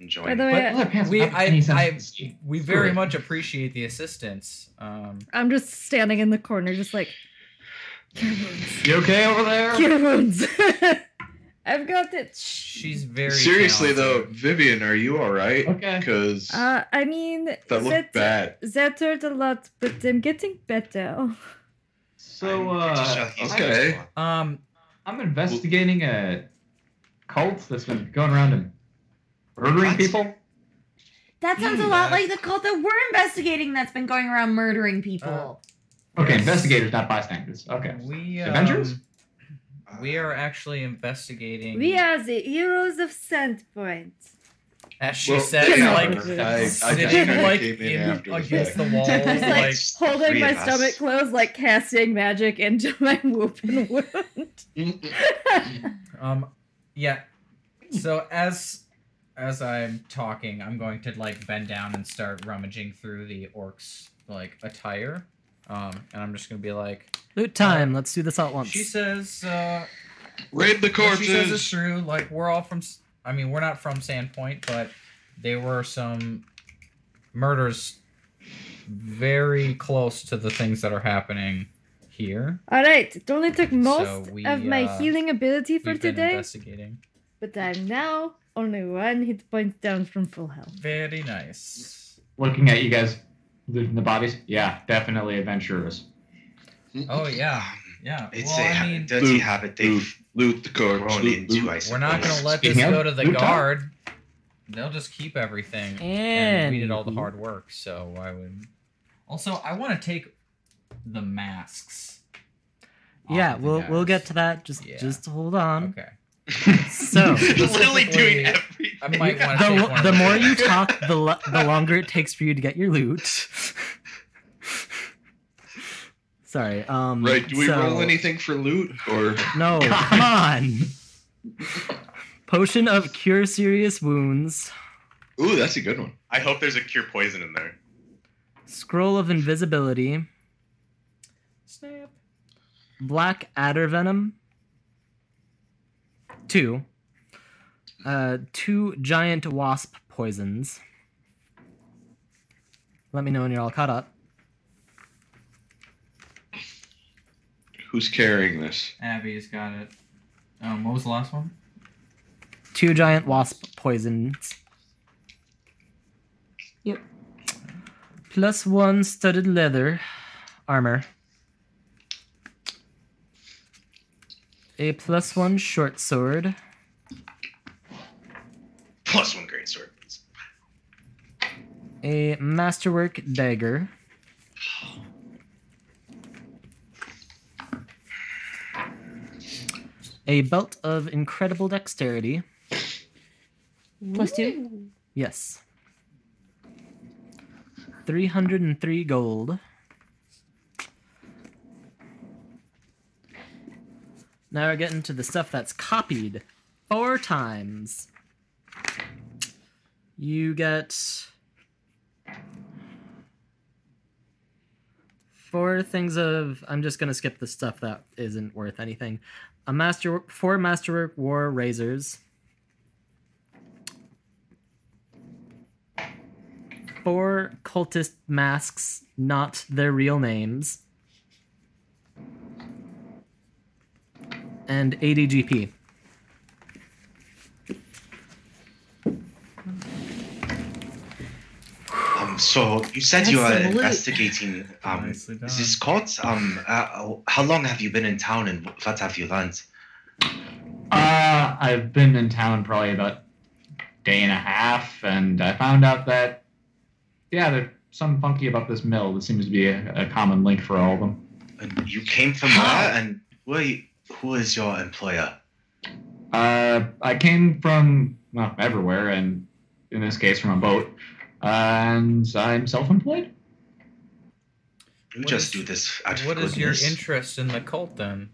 D: Enjoy.
C: By the
F: But
C: way,
F: leather pants
G: Oh, We-
F: don't make
G: I-
F: any sense
G: I-
F: to see.
G: We very much appreciate the assistance. Um,
C: I'm just standing in the corner, just like, cure wounds,
F: You okay over there?
C: cure wounds. I've got it. Shh.
G: she's very
A: Seriously though,
G: talented.
A: Vivian, are you all right?
F: Okay.
A: Because
C: Uh, I mean,
A: that looked bad.
C: That hurt a lot, but I'm getting better.
F: So
D: I'm pretty sure
F: uh,
D: he's
A: okay.
D: the best one.
G: Um,
F: I'm investigating a cult that's been going around and murdering
D: What?
F: people.
H: That sounds a
G: Hmm.
H: lot like the cult that we're investigating that's been going around murdering people.
F: Okay, investigators, not bystanders. Okay.
G: we um,
F: Avengers?
G: We are actually investigating.
C: We are the heroes of Sandpoint.
G: As she
A: Well,
G: said,
C: yeah,
G: like
A: I, I,
G: sitting
A: kinda
G: like
A: came in
G: in-
A: after the
G: against
A: fact. [LAUGHS]
G: the wall,
C: Just like-
G: like
C: Holding
D: Three
C: my
D: of us.
C: stomach closed, like casting magic into [LAUGHS] my whooping wound.
G: Um, yeah. So as as I'm talking, I'm going to like bend down and start rummaging through the orc's like attire. Um, and I'm just gonna be like,
B: Loot time. Let's do this all at once.
G: she says, uh,
A: Raid the
G: what she says is
A: corpses.
G: true. Like we're all from. S- I mean, we're not from Sandpoint, but there were some murders very close to the things that are happening here.
C: All right, it only took most
G: we,
C: of my
G: uh,
C: healing ability for
G: We've been
C: today,
G: investigating.
C: but I'm now only one hit point down from full health.
G: Very nice.
F: Looking at you guys looting the bodies. Yeah, definitely adventurers.
G: Oh yeah, yeah.
D: It's
G: well,
D: a,
G: I mean,
D: does he have
A: Loot,
D: it? They've
A: loot the corpse.
D: grown
A: Loot,
D: into,
A: loot.
D: I suppose.
G: We're not
D: [LAUGHS]
G: gonna let this
F: Speaking of,
G: go to the
F: Luton.
G: guard. They'll just keep everything. And we did all the hard work, so why would Also, I want to take the masks. off
B: Yeah,
G: of the
B: we'll we'll
G: guys.
B: get to that. Just
G: Yeah.
B: just hold on.
G: Okay.
B: So
D: Literally
G: [LAUGHS] specifically-
D: doing everything.
G: I might want to
B: The, the more
G: [LAUGHS]
B: you talk, the, lo- the longer it takes for you to get your loot. [LAUGHS] Sorry. Um,
A: Right? Do we
B: so-
A: roll anything for loot or
B: No, [LAUGHS] come on. Potion of cure serious wounds.
A: Ooh, that's a good one.
D: I hope there's a cure poison in there.
B: Scroll of invisibility.
G: Snap.
B: Black Adder Venom. Two. Uh, two giant wasp poisons. Let me know when you're all caught up.
A: Who's carrying this?
G: Abby's got it. Um, what was the last one?
B: Two giant wasp poisons.
H: Yep.
B: Plus one studded leather armor. A plus one short sword.
D: Plus one great sword.
B: A masterwork dagger. A belt of incredible dexterity.
H: Plus two.
B: Yes. 303 gold. Now we're getting to the stuff that's copied four times. You get four things of. I'm just going to skip the stuff that isn't worth anything. A master, four masterwork war razors. four cultist masks, not their real names, and 80 GP.
D: Um, so you said you are investigating. Um,
G: Nicely done.
D: this court. Um, uh, how long have you been in town, and what have you learned?
F: Uh, I've been in town probably about day and a half, and I found out that yeah, there's some funky about this mill. That seems to be a, a common link for all of them.
D: And you came from where? And who are you, who is your employer?
F: Uh, I came from well everywhere, and in this case from a boat, and I'm self-employed.
D: You
G: What
D: just
G: is-
D: do this out of
G: What is your
D: goodness.
G: interest in the cult then?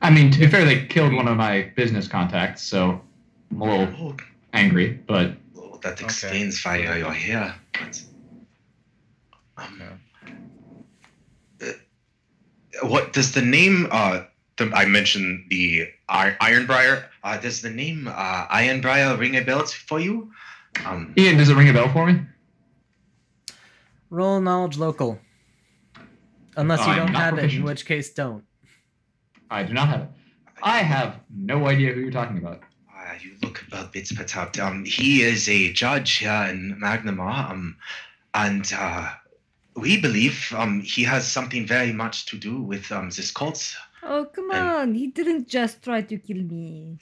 F: I mean, to be fair, they killed one of my business contacts, so I'm a little
D: Oh,
F: angry, but
D: well, that explains why you're here. But, um, uh, what does the name? Uh, the, I mentioned the Ir- Ironbriar. Uh, does the name uh, Ironbriar ring a bell for you? Um,
F: Ian, does it ring a bell for me?
B: Roll knowledge local. Unless you
F: I'm
B: don't
F: not
B: have it, in
F: proficient.
B: which case don't.
F: I do not have it. I have no idea who you're talking about.
D: Uh, you look a bit put out. Um, he is a judge here in Magnamar, um, and uh, we believe um, he has something very much to do with um, this cult.
C: Oh, come
D: And-
C: on. He didn't just try to kill me.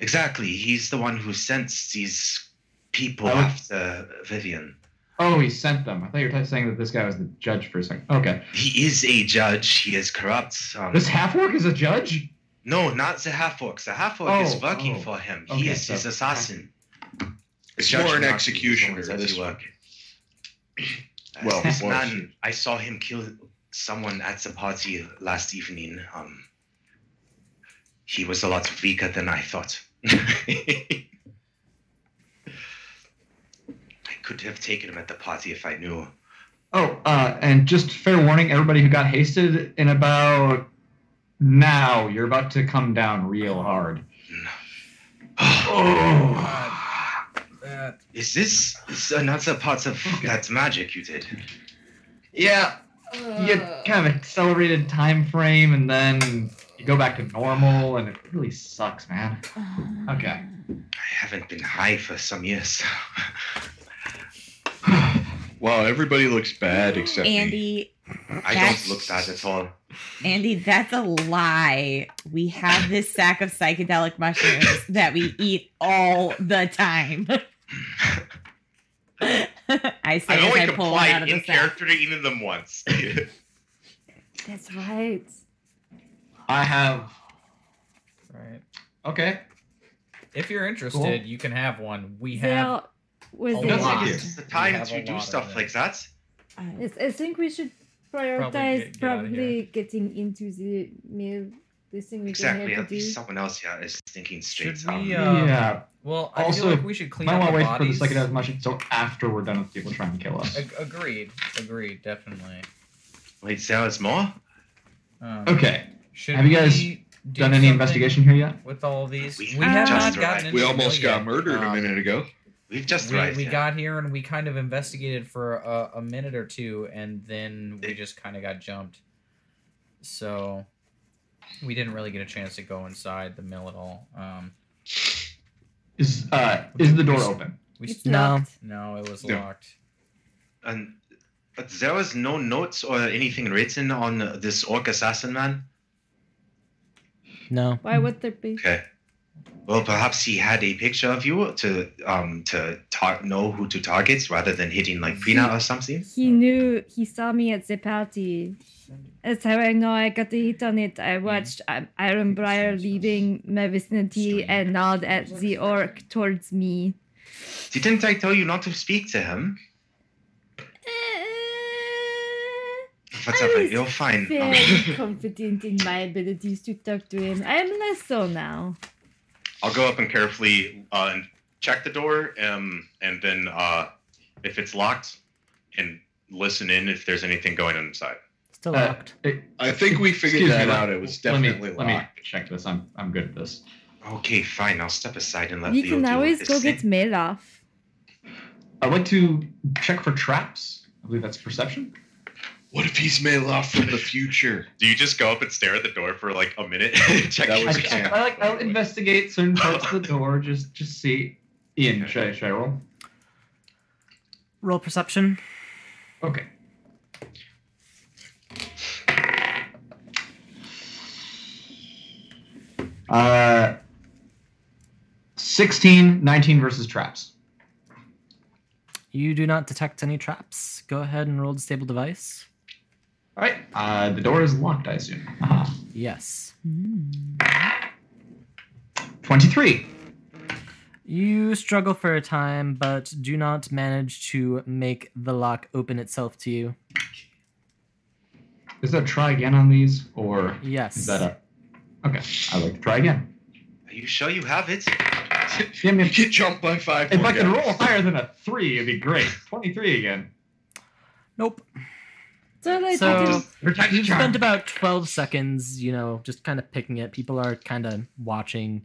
D: Exactly, he's the one who sent these people
F: Oh.
D: after Vivian.
F: Oh, he sent them. I thought you were saying that this guy was the judge for a second. Okay.
D: He is a judge. He is corrupt. Um,
F: This half orc is a judge?
D: no, not the half orc. The half orc
F: Oh,
D: is working
F: oh.
D: for him.
F: Okay,
D: he is
F: so-
D: his assassin.
A: It's
D: Judge
A: more an
D: Murphy is the one
A: executioner.
D: that
A: This
D: you
A: one.
D: work.
A: [LAUGHS] Well,
D: Well, this
A: was.
D: man, I saw him kill someone at the party last evening. Um, he was a lot weaker than I thought. [LAUGHS] I could have taken him at the party if I knew.
A: [GASPS]
F: Oh, uh, and just fair warning everybody who got hasted in about now, you're about to come down real hard. Oh.
G: That
D: Is this is another part of that magic you did?
F: Yeah. You get kind of accelerated time frame and then you go back to normal and it really sucks, man.
G: Uh,
F: Okay.
D: I haven't been high for
A: [SIGHS]
D: some years.
A: Wow, everybody looks bad except me.
H: [SIGHS] Andy,
D: I
H: That's-
D: don't look bad at all.
H: Andy, that's a lie. We have this sack of psychedelic mushrooms that we eat all the time. [LAUGHS] I say as I pull one out of the sack.
D: to eating them
G: [LAUGHS]
D: once.
C: That's right.
F: I have
G: right.
F: okay.
G: If you're interested,
F: Cool.
G: you can have one. We have.
C: Zale, was
G: a
D: It
C: it
D: doesn't
G: lot.
D: give
C: just-
D: us the
G: We
D: time
G: have
D: to
G: a
D: do
G: lot of
D: stuff
G: it.
D: like that.
H: I-
C: Yes, I think we should prioritize probably,
G: Probably get- get out of here.
C: getting into the meal. This thing we
D: Exactly.
C: can have to
D: At
C: do.
D: least someone else yeah, is thinking straight.
G: Should
D: Um,
G: we? Uh,
F: yeah.
G: Well, I
F: Also,
G: feel like we should clean
F: Might want
G: up our
F: to wait for the
G: bodies.
F: second much until after we're done with people trying to kill us.
G: Ag- agreed. Agreed. Definitely. uh,
D: Wait, so there's more?
G: Um,
F: Okay.
G: Should
F: Have you guys
G: we do
F: Done any
G: something
F: investigation here yet?
G: with all these?
D: We
G: We,
D: have
G: have
D: just
G: not gotten.
D: arrived.
G: into
A: We
G: the
A: almost
G: mill
A: got
G: yet.
A: murdered a
G: Um,
A: minute ago.
D: We've just
G: we,
D: arrived.
G: we
D: yeah.
G: got here and we kind of investigated for a, a minute or two and then we just kind of got jumped so we didn't really get a chance to go inside the mill at all um
F: Is uh is the door open?
G: we
C: It's
G: s-
B: No.
C: locked.
G: no it was
A: Yeah.
G: locked
D: And but there was no notes or anything written on this orc assassin man.
B: No.
C: Why would there be?
D: Okay. Well, perhaps he had a picture of you to um to tar- know who to target rather than hitting like
G: [LAUGHS]
D: peanut or something.
C: He knew he saw me at the party. That's how I know I got the hit on it. I watched um, Iron Briar leaving my vicinity and nod at the orc towards me.
D: Didn't I tell you not to speak to him? Whatever,
C: was
D: you're fine. Um,
C: Very confident in my abilities to talk to him. I am less so now.
E: I'll go up and carefully uh, and check the door, um, and then uh, if it's locked, and listen in if there's anything going on inside.
B: Still
F: Uh,
B: locked.
F: it-
A: I think we figured
F: excuse
A: that
F: me,
A: out. It was definitely
F: let me,
A: locked.
F: Let me check this. I'm I'm good at this.
D: okay, fine. I'll step aside and let
C: We
D: Leo
C: can
D: deal with
C: always
D: this
C: go
D: thing.
C: get mail off.
F: I'd like to check for traps. I believe that's perception.
A: What if he's Maloff from the future?
E: Do you just go up and stare at the door for like a minute? [LAUGHS] check
A: That
F: I,
A: was
E: your-
A: a
F: I,
A: camp,
F: I like
A: by the
F: I'll
A: way.
F: investigate certain parts of the door. Just just see. Ian, should I, should I roll?
B: Roll perception.
F: Okay. Uh, 16, 19 versus traps.
B: You do not detect any traps. Go ahead and roll stable device.
F: All right. Uh, the door is locked, I assume. Ah,
B: Yes.
F: 23.
B: You struggle for a time, but do not manage to make the lock open itself to you.
F: Is that try again on these, or
B: Yes.
F: is that a. Okay. I'd like to try again.
D: Are you sure you have it?
F: Yeah, I mean,
A: You get jumped by five.
F: if
A: more
F: I can
A: guys.
F: roll higher than a 3, it'd be great. 23 again.
B: nope.
C: So, like,
B: So-
C: I just-
B: You've spent about 12 seconds, you know, just kind of picking it. People are kind of watching,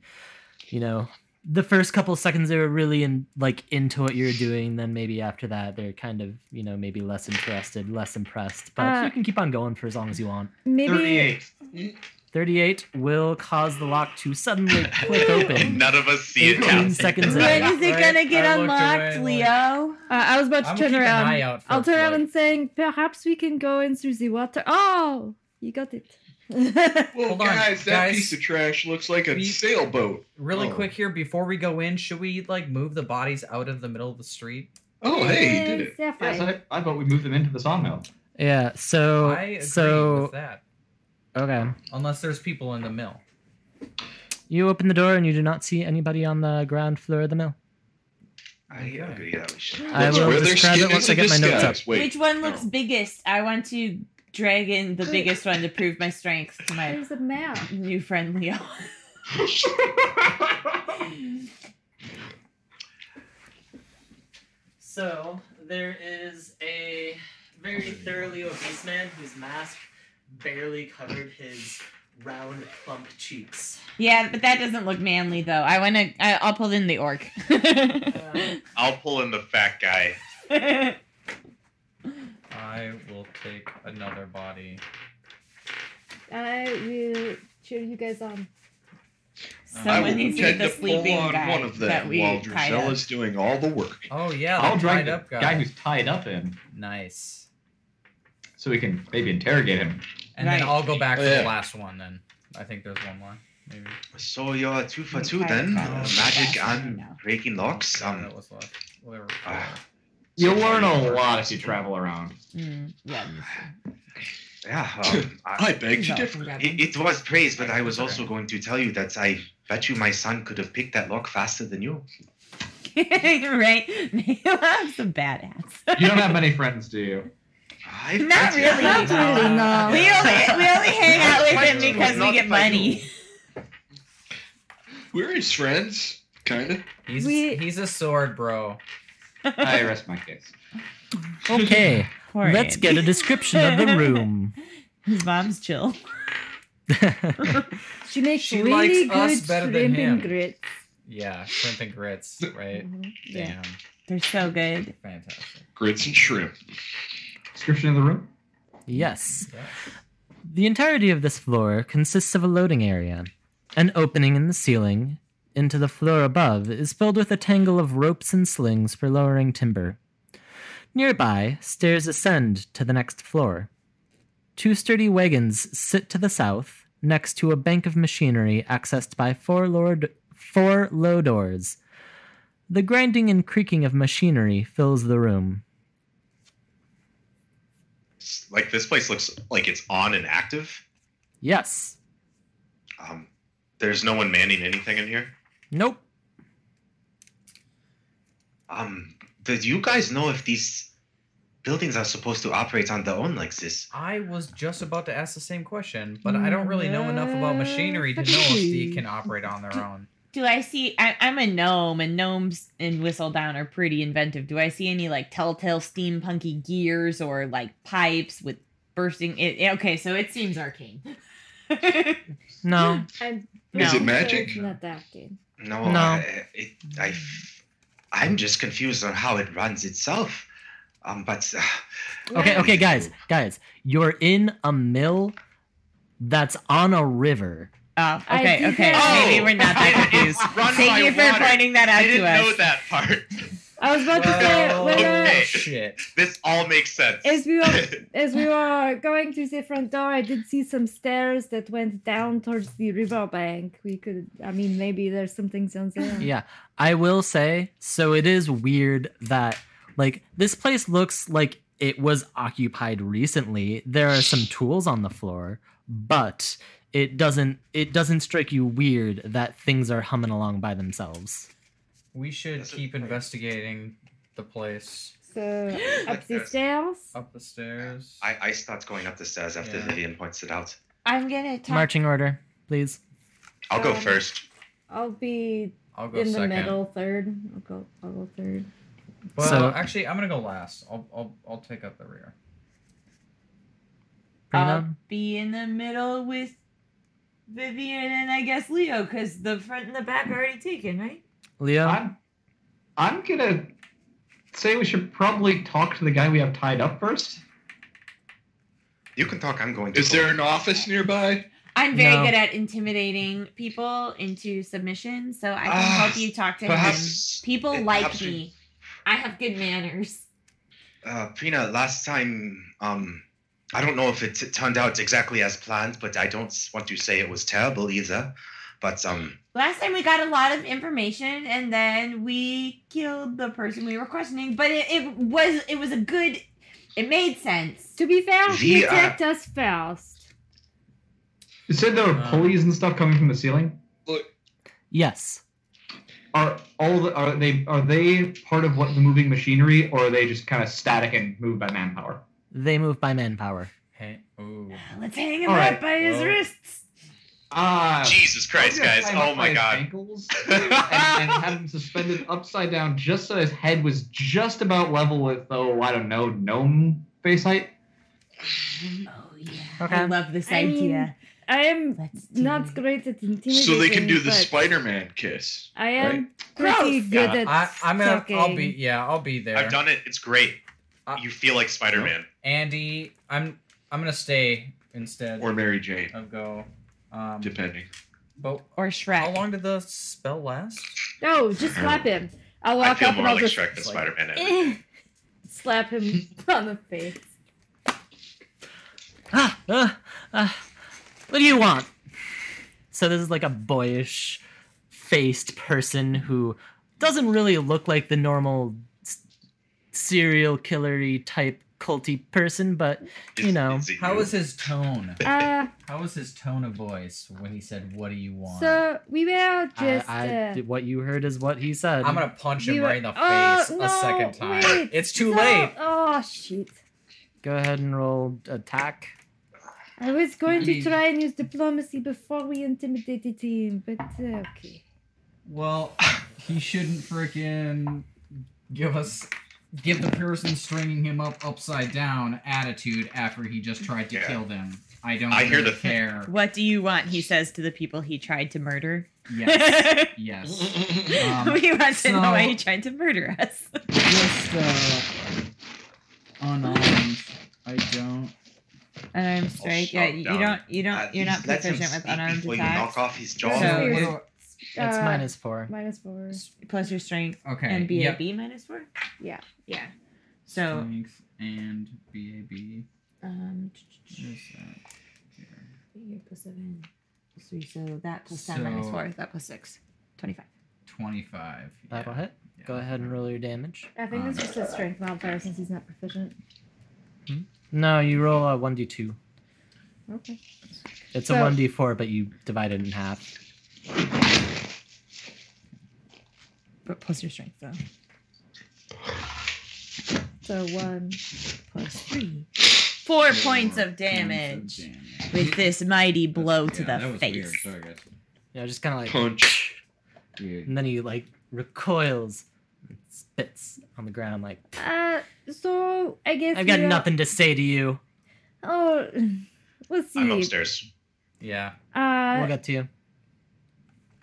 B: you know. The first couple seconds they were really in like into what you're doing, then maybe after that they're kind of, you know, maybe less interested, less impressed. But
C: Uh,
B: you can keep on going for as long as you want.
C: maybe
F: 38.
B: 38 will cause the lock to suddenly click
E: and
B: open.
E: none of us see it now.
B: 18 seconds
H: When
B: in.
H: is it
G: [LAUGHS] Right,
H: gonna get
G: I looked away,
H: unlocked,
G: like-
H: Leo?
C: uh, I was about to
G: I'm
C: turn
G: keep an eye
C: around.
G: out for
C: I'll turn around
G: like-
C: and saying, perhaps we can go in through the water. Oh, you got it.
A: Well,
G: Hold on,
A: guys, that
G: guys.
A: piece of trash looks like a
G: We-
A: sailboat.
G: really
A: Oh.
G: quick here before we go in should we like move the bodies out of the middle of the street
A: Oh, hey, he did
C: Yay, [LAUGHS]
A: it.
F: Yes,
C: Sapphire.
F: I, I thought we moved them into the sawmill.
B: Yeah, so
G: i agree with
B: Oh, so
G: that
B: okay.
G: unless there's people in the mill
B: You open the door and you do not see anybody on the ground floor of the mill.
D: [LAUGHS] I
G: Okay.
D: agree that we should.
B: I
A: That's
B: will
A: where their
B: describe
A: skin
B: it once
A: is
B: I
A: a
B: get my notes up.
A: disguise. Wait,
H: Which one
A: no.
H: looks biggest? I want to drag in the biggest one to prove my strength to my
C: There's a map.
H: new friend Leo. [LAUGHS]
B: So there is a very thoroughly obese man whose mask barely covered his round, plump cheeks.
H: yeah, but that doesn't look manly though. I want to. I'll pull in the orc. [LAUGHS]
E: I'll pull in the fat guy.
G: i will take another body
C: I will cheer you guys on.
A: I
H: Someone
A: will
H: needs to get
A: pretend
H: the
A: to pull
H: sleeping
A: on
H: guy
A: one of
H: that
A: them
H: we
A: while
H: tied up.
A: Drusella's doing all the work.
G: oh yeah
F: I'll
G: the
F: drag
G: tied
F: the
G: up guy,
F: guy who's tied up in.
G: nice
F: so we can maybe interrogate him.
G: and
H: Right.
G: then i'll go back
A: Oh,
G: to
A: yeah.
G: the last one then i think there's one more maybe
D: So you're two for two
H: Okay.
D: then,
H: Oh,
D: uh, magic
H: yes, I
D: and
H: know.
D: breaking locks.
G: Oh,
D: Um,
G: that was left. Whatever.
D: Ah.
F: You'll learn a lot if you travel around.
H: Mm, yeah.
D: Yeah,
E: [LAUGHS]
D: um, I,
A: I beg to
J: No,
A: differ.
J: Gavin.
D: it, it was praise, but I was also going to tell you that I bet you my son could have picked that lock faster than you.
H: [LAUGHS] right? Maylock's a badass.
F: You don't have many friends, do you?
H: [LAUGHS]
D: I
H: Not really.
C: Not really, no.
H: We only we only hang out with him
D: Question
H: because
D: was
H: we
D: not
H: get
D: if I
H: money.
A: We're his friends, kind of.
G: He's
C: We-
G: he's a sword, bro.
F: I rest my case.
B: Okay,
H: Horrid.
B: let's get a description of the room. [LAUGHS]
H: His mom's chill. [LAUGHS]
C: She makes
G: She
C: really
G: likes us
C: good
G: better than
C: shrimp
G: him.
C: and grits.
G: Yeah, shrimp and grits, right?
C: Mhm.
G: Damn,
H: They're so good.
G: fantastic.
A: Grits and shrimp.
F: Description of the room.
B: yes.
G: Yeah.
B: The entirety of this floor consists of a loading area. An opening in the ceiling into the floor above is filled with a tangle of ropes and slings for lowering timber. Nearby, stairs ascend to the next floor. Two sturdy wagons sit to the south, next to a bank of machinery accessed by four, lord, four low doors. The grinding and creaking of machinery fills the room.
E: It's Like this place looks like it's on and active.
B: Yes.
E: Um, there's no one manning anything in here.
B: Nope.
D: Um, did you guys know if these buildings are supposed to operate on their own like this?
G: I was just about to ask the same question, but I don't really know enough about machinery to know if they can operate on
D: [LAUGHS]
G: their own.
H: Do I see? I, I'm a gnome, and gnomes in Whistledown are pretty inventive. Do I see any like telltale steampunky gears or like pipes with bursting? It, it- okay, so it seems arcane. [LAUGHS]
B: No.
C: I'm
H: Is
A: it magic?
C: It's not that good.
D: No,
B: No.
D: I, it, I, I'm just confused on how it runs itself. Um, but uh,
B: Okay, okay, guys, guys, you're in a mill that's on a river.
H: oh,
C: I
H: okay,
C: do
H: okay.
C: have-
H: Maybe we're not
E: [LAUGHS]
H: that confused.
E: Run by
H: Thank you for
E: Oh! water.
H: pointing that out
E: I
H: to
E: didn't
H: us.
E: know that part.
C: I was about to say
G: Well,
C: when, uh,
E: okay.
G: shit.
E: This all makes sense.
C: as
A: [LAUGHS]
C: we were as we were going through the front door, I did see some stairs that went down towards the riverbank. We could, I mean, maybe there's some things on there.
G: Mm-hmm.
B: Yeah, I will say, so it is weird that, like, this place looks like it was occupied recently. There are some tools on the floor, but it doesn't it doesn't strike you weird that things are humming along by themselves.
G: We should
D: That's a
G: keep
D: place.
G: investigating the place
A: [LAUGHS]
C: So up
D: Like
C: the
D: this.
C: stairs.
G: up the stairs.
D: I, I start going up the stairs after
G: Yeah.
D: Vivian points it out.
H: I'm gonna talk.
B: Marching order, please.
E: I'll go
C: Um,
E: first.
C: I'll be
G: I'll go
C: in the
G: second.
C: middle, third. I'll go. I'll go third.
G: Well,
B: So-
G: actually, I'm gonna go last. I'll, I'll I'll take up the rear.
H: I'll
B: Prina?
H: be in the middle with Vivian and I guess Leo, because the front and the back are already taken, right?
B: Leo?
F: I'm, I'm gonna say we should probably talk to the guy we have tied up first.
D: You can talk. I'm going to.
A: Is
D: go.
A: there an office nearby?
H: I'm very
B: No.
H: good at intimidating people into submission, so I can
D: Ah,
H: help you talk to
D: perhaps-
H: him. People
D: eh,
H: like
D: perhaps we-
H: me. I have good manners.
D: Uh, Prina, last time, um, I don't know if it t- turned out exactly as planned, but I don't s- want to say it was terrible either. But um,
H: Last time we got a lot of information, and then we killed the person we were questioning. But it, it was it was a good. It made sense.
C: To be fair, he
D: The, uh,
C: attacked us first.
F: You said there were
G: Uh.
F: pulleys and stuff coming from the ceiling.
B: yes.
F: Are all the, are they are they part of what the moving machinery, or are they just kind of static and moved by manpower?
B: They move by manpower.
G: Hey, ooh.
H: Let's hang him
F: All
H: up
F: right,
H: by his
G: well-
H: wrists.
F: Ah,
E: Jesus Christ, guys! Oh my God!
F: Ankles
D: [LAUGHS]
F: and, and had him suspended upside down just so his head was just about level with oh I don't know gnome face height.
H: Oh yeah, I
B: Okay.
H: love this
C: I mean,
H: idea.
C: I am
H: Let's do
C: not
G: Mm-hmm.
H: it.
C: great at intimidating.
A: So they can do the
C: but
A: Spider-Man kiss.
C: I am
H: Gross.
C: pretty good
E: Yeah,
C: at
G: I, I'm gonna. I'll
C: talking.
G: be. Yeah, I'll be there.
E: I've done it. It's great.
G: Uh,
E: you feel like Spider-Man.
G: Andy, I'm. I'm gonna stay instead
A: Or Mary Jane,
G: of go. Um,
A: depending.
G: but
H: Or
G: how
H: Shrek.
G: long did the spell last?
C: No, Oh, just slap him. I'll
E: I
C: walk
E: feel
C: up and
E: more
C: I'll
E: like
C: just
E: Shrek than
G: It's like-
E: Spider-Man. every
H: [LAUGHS]
E: day.
C: eh, [LAUGHS] slap him [LAUGHS] on the face.
B: ah, ah, ah. what do you want? So this is like a boyish faced person who doesn't really look like the normal s- serial killery type culty person, but you know,
E: Is it
G: How
E: you?
G: was his tone?
C: Uh,
G: How was his tone of voice when he said, "What do you want?"
C: so we were just.
B: I, I,
C: uh,
B: what you heard is what he said.
G: I'm gonna punch him
C: You-
G: right in the face
C: Oh,
G: a
C: no,
G: second time.
C: wait,
G: it's too
C: so-
G: late.
C: Oh shit!
B: Go ahead and roll attack.
C: I was going to
G: Please.
C: try and use diplomacy before we intimidated him, but uh, okay.
G: Well, [LAUGHS] he shouldn't freaking give us give the person stringing him up upside down attitude after he just tried to
E: Yeah.
G: kill them. I don't.
E: I hear
G: really
E: the-
G: care.
H: [LAUGHS] What do you want? He says to the people he tried to murder.
G: Yes. Yes.
H: [LAUGHS]
G: Um,
H: we want to know why
G: so-
H: he tried to murder us.
G: just uh, unarmed. I don't.
H: And I'm sorry.
D: shove
H: Yeah, you
D: down.
H: don't. You don't.
D: At
H: you're not
D: least let him
H: proficient with
D: speak
H: unarmed
D: before you knock
H: attacks.
D: off his
C: Oh,
D: jaw.
H: So-
C: weird.
G: Uh, what do-
B: That's
C: Uh,
B: minus four.
C: minus four.
H: Plus your strength
G: okay.
H: and B A
G: yep.
H: B minus four.
C: Yeah.
H: Yeah. So
G: Strength and BAB.
H: um,
G: Where's that? Here.
H: eight plus seven. So, so that plus ten minus
G: So-
H: four. That plus six. Twenty-five.
G: Twenty-five.
B: That'll
G: yeah,
B: hit. Uh, Go
G: yeah.
B: ahead and roll your damage.
C: I think it's
G: Um,
C: just a strength modifier since he's not proficient.
B: No, you roll a one d two.
C: Okay.
B: It's a
C: So-
B: one d four, but you divide it in half.
H: But plus your strength though.
C: So one.
H: Plus three. Four points of
G: Points
H: damage
G: of damage.
H: with this mighty blow to
G: Yeah,
H: the
G: that was
H: face.
G: Weird. Sorry, guys.
B: You know, just kind of like
A: Punch.
G: Weird.
B: and then he like recoils and spits on the ground like
C: Uh, so I guess
B: i've got
C: we are-
B: nothing to say to you
C: Oh, [LAUGHS] we'll see.
E: I'm upstairs.
G: Yeah.
B: we'll
C: Uh,
B: get to you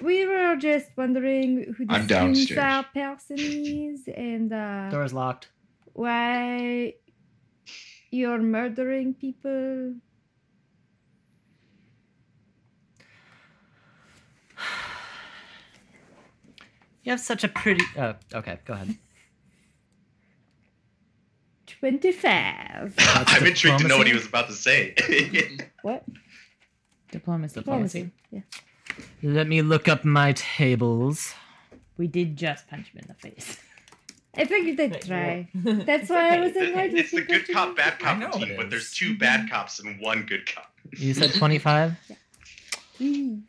C: we were just wondering who
A: I'm
C: this
A: downstairs.
C: Insa person is and uh,
B: door's locked
C: why you're murdering people.
B: you have such a pretty oh okay go ahead
C: Twenty-five.
B: That's
E: [LAUGHS] I'm intrigued to know what
B: diplomacy.
E: he was about
D: [LAUGHS]
E: to say.
C: What?
H: Diplomacy.
B: Diplomacy.
C: Yeah.
B: let me look up my tables
H: We did just punch him in the face.
C: I figured they'd try.
A: [LAUGHS]
C: That's why I was annoyed with
E: it's the
C: you
E: good
C: guys.
E: cop, bad
G: I know
E: cop
G: it
E: routine, but
G: is.
E: there's two bad cops and one good cop.
B: you
C: [LAUGHS]
B: said 25
C: Mm.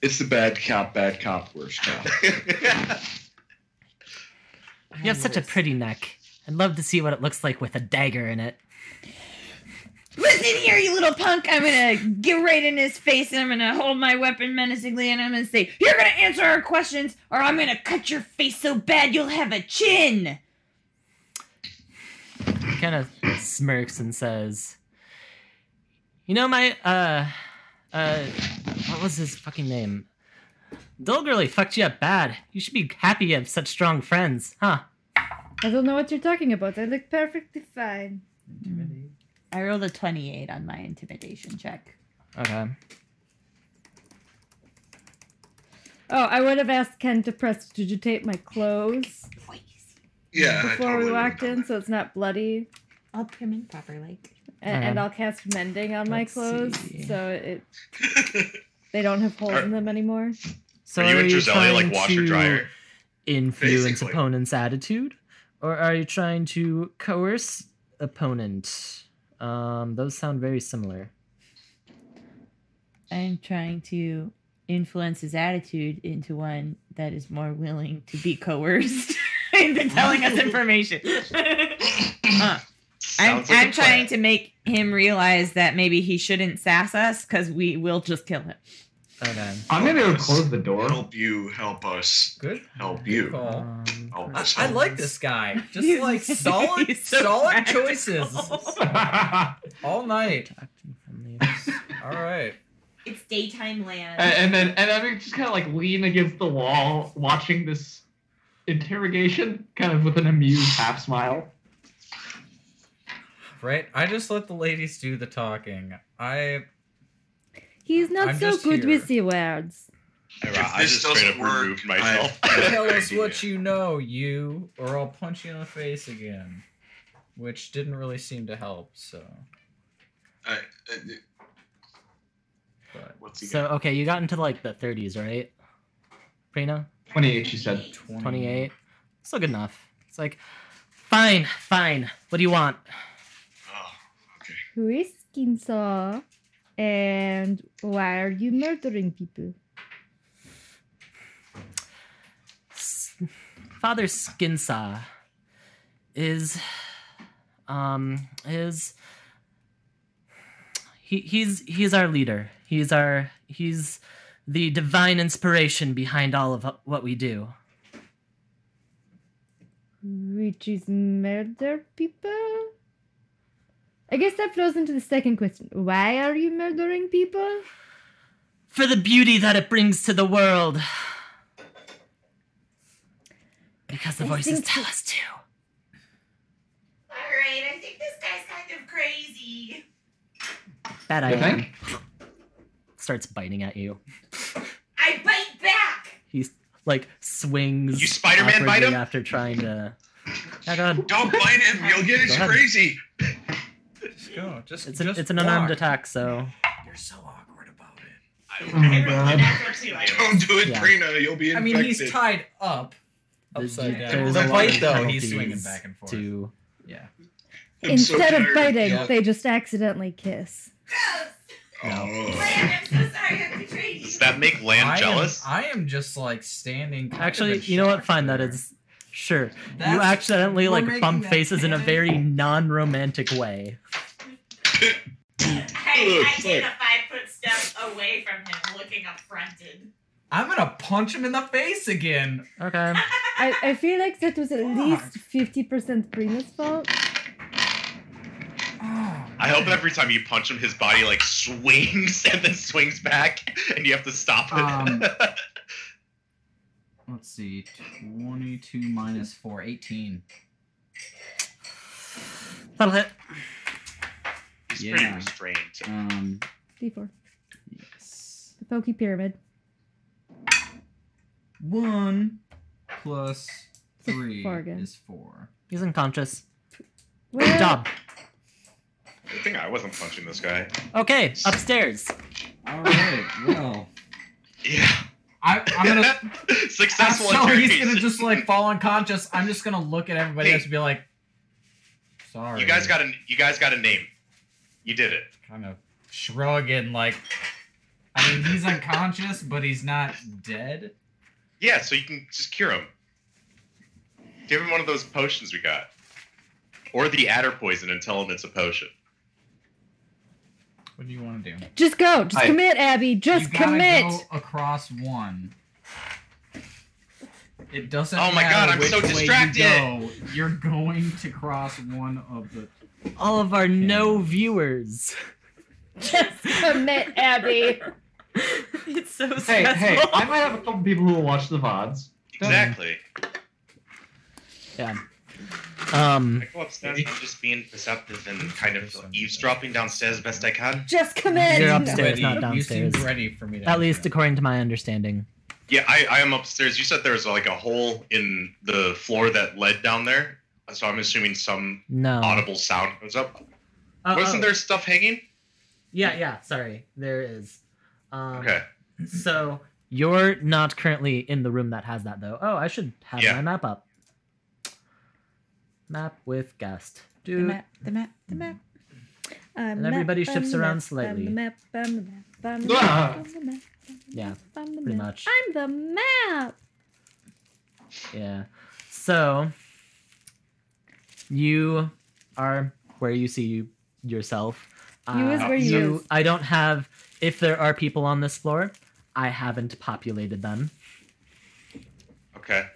A: It's the bad cop, bad cop, worst cop.
B: you have such a pretty neck i'd love to see what it looks like with a dagger in it
H: Listen here, you little punk. I'm gonna get right in his face and I'm gonna hold my weapon menacingly and I'm gonna say, You're gonna answer our questions or I'm gonna cut your face so bad you'll have a chin.
B: He kind of smirks and says, "You know my uh uh what was his fucking name? Dole really fucked you up bad. You should be happy you have such strong friends, huh?
C: I don't know what you're talking about. I look perfectly fine.
H: I rolled a 28 on my intimidation check.
B: Okay.
C: Oh, I would have asked Ken to press digitate my clothes
A: yeah. I
C: before
A: totally
C: we
A: would've
C: walked
A: done
C: in, so it's not bloody.
H: I'll put him in proper like.
C: And, and
B: Uh,
G: Uh-huh.
C: I'll cast mending on my
B: let's
C: clothes,
B: see.
C: so
A: [LAUGHS]
C: it they don't have holes in them anymore.
B: So
E: Are you and Giselle
B: trying
E: like washer
B: to
E: dryer?
B: influence
E: Basically.
B: opponent's attitude, or are you trying to coerce opponent? Um, those sound very similar.
H: I'm trying to influence his attitude into one that is more willing to be coerced [LAUGHS] into telling us
E: [LAUGHS]
H: information. Huh. I'm,
E: Sounds like
H: I'm
E: a plan.
H: trying to make him realize that maybe he shouldn't sass us because we will just kill him.
B: Okay.
F: I'm gonna go close the door.
A: Help you, help us,
G: Good.
A: help you.
G: Call.
B: Um,
A: Oh,
G: I,
A: that's
G: I like this guy.
B: [LAUGHS]
G: Just like solid,
H: He's so
G: solid
H: practical.
G: choices
F: and,
G: all night.
B: protecting from the-
G: All right.
H: It's daytime land.
F: [LAUGHS] and then and then we just kind of like lean against the wall, watching this interrogation, kind of with an amused half smile.
G: Right. I just let the ladies do the talking. I.
C: He's not
G: I'm
C: so
G: just
C: good with the
G: here.
C: words.
E: I
A: this
E: just straight up
A: doesn't work,
D: [LAUGHS]
E: removed myself.
G: Tell us what you know, you, or I'll punch you in the face again. Which didn't really seem to help. So. But
A: What's he
B: So okay, you got into like the 30s, right? Prina,
F: Twenty-eight, she said.
G: 28.
B: 28. Still good enough. It's like, Fine, fine. What do you want?
A: Oh, okay.
C: Whisking saw. And why are you murdering people?
B: S- Father Skinsaw is um is he, he's he's our leader. He's our he's the divine inspiration behind all of what we do.
C: Which is murder people? I guess that flows into the second question. Why are you murdering people?
B: For the beauty that it brings to the world. Because the
C: I
B: voices
C: think
B: tell
C: that-
B: us to.
H: Alright, I think this guy's kind of crazy.
B: Bad
F: You
B: idea.
F: think?
B: Starts biting at you.
H: I bite back.
B: He like swings.
D: You Spider-Man bite
B: awkwardly
D: him?
B: after trying to. Oh god,
A: Don't bite him. You'll get
B: Go
A: us
B: ahead.
A: crazy.
G: Just go. Just
B: it's, a,
G: just
B: it's an unarmed
G: walk.
B: attack, so
G: You're so awkward about it.
F: Oh my god.
A: [LAUGHS] [LAUGHS] Don't do it,
B: Yeah.
A: Prina. You'll be
G: I
A: infected.
G: mean, he's tied up
B: there's,
G: upside down.
B: there's
G: The
B: a lot
G: bite
B: of
G: though, he's swinging
B: penalties
G: back and forth.
B: To
G: Yeah.
A: I'm so
C: Instead of
A: tired.
C: biting,
G: Yeah.
C: they just accidentally kiss.
A: Oh.
H: I'm so sorry I betrayed
D: Does that make Lamb
G: I am-
D: jealous?
G: I am just like standing. kind of
B: actually,
G: in
B: you know what?
G: shock
B: Fine, that
G: there.
B: is sure. you
G: That's-
B: accidentally
G: we're
B: like
G: making
B: bump
G: that
B: faces in a
G: canon.
B: very non-romantic way.
A: I- I did a
H: five foot step away from him, looking affronted.
G: I'm gonna punch him in the face again.
B: Okay,
C: I, I feel like that was at
G: Fuck.
C: least 50% Prina's fault.
G: Oh,
D: I hope every time you punch him, his body like swings [LAUGHS] and then swings back, and you have to stop it.
G: Um, Let's see. 22 minus 4, 18.
B: that'll hit.
D: [LAUGHS] He's
G: yeah.
D: pretty restrained.
G: Um,
C: D4.
G: yes.
C: The pokey pyramid.
G: 1 plus
C: It's a
G: 3
C: bargain.
G: is 4.
B: He's unconscious. Good
C: Well,
B: job.
D: Good thing I wasn't punching this guy.
B: Okay, upstairs.
G: Alright, well.
D: Yeah. [LAUGHS]
G: I, I'm gonna.
B: [LAUGHS]
G: I'm
D: Successful
G: Ah, sorry, he's
D: interrogation.
G: gonna just like fall unconscious. I'm just gonna look at everybody
D: Hey.
G: else and be like, sorry.
D: You guys got a you guys got a name. You did it.
G: Kind of shrug and like. I mean, he's unconscious, but he's not dead.
D: Yeah, so you can just cure him. Give him one of those potions we got, or the adder poison, and tell him it's a potion.
G: What do you want to do?
C: Just go. Just
F: I-
C: commit, Abby. Just
G: you gotta
C: commit.
G: Go across one. It doesn't.
D: Oh my
G: matter
D: God, I'm
G: which
D: so
G: way
D: distracted.
G: You go, you're going to cross one of the.
B: All of our no viewers.
C: [LAUGHS] Just commit, Abby.
H: [LAUGHS]
B: It's so
F: Hey,
B: stressful.
F: hey, I might have a couple people who will watch the VODs.
D: Exactly.
B: Yeah. Um.
D: I go upstairs. and I'm just being perceptive and kind of eavesdropping downstairs best I can.
C: Just commit.
B: You're upstairs,
G: Ready.
B: not
G: You
B: downstairs.
G: seem ready for me. To
B: At least according to my understanding.
D: Yeah, I, I am upstairs. You said there was like a hole in the floor that led down there, so I'm assuming some
B: No.
G: Uh-huh.
D: audible sound goes up.
B: Oh, oh,
D: Wasn't there stuff hanging?
B: Yeah, yeah. Sorry, there is. Um,
D: Okay.
B: So you're not currently in the room that has that though. Oh, I should have
D: Yeah.
B: my map up. Map with guest.
H: The
B: Dude,
H: map, the map, the map.
C: Um,
B: And everybody
C: map,
B: shifts
C: um,
B: around
C: map,
B: slightly.
C: um, map, um, map, um,
F: Ah.
C: map, um, map, um,
B: Yeah,
C: map, um,
B: pretty
C: map.
B: much.
C: I'm the map.
B: yeah. So you are where you see you, yourself. Uh,
C: You is
F: Ah,
C: where you is.
B: I don't have. If there are people on this floor, I haven't populated them.
D: Okay.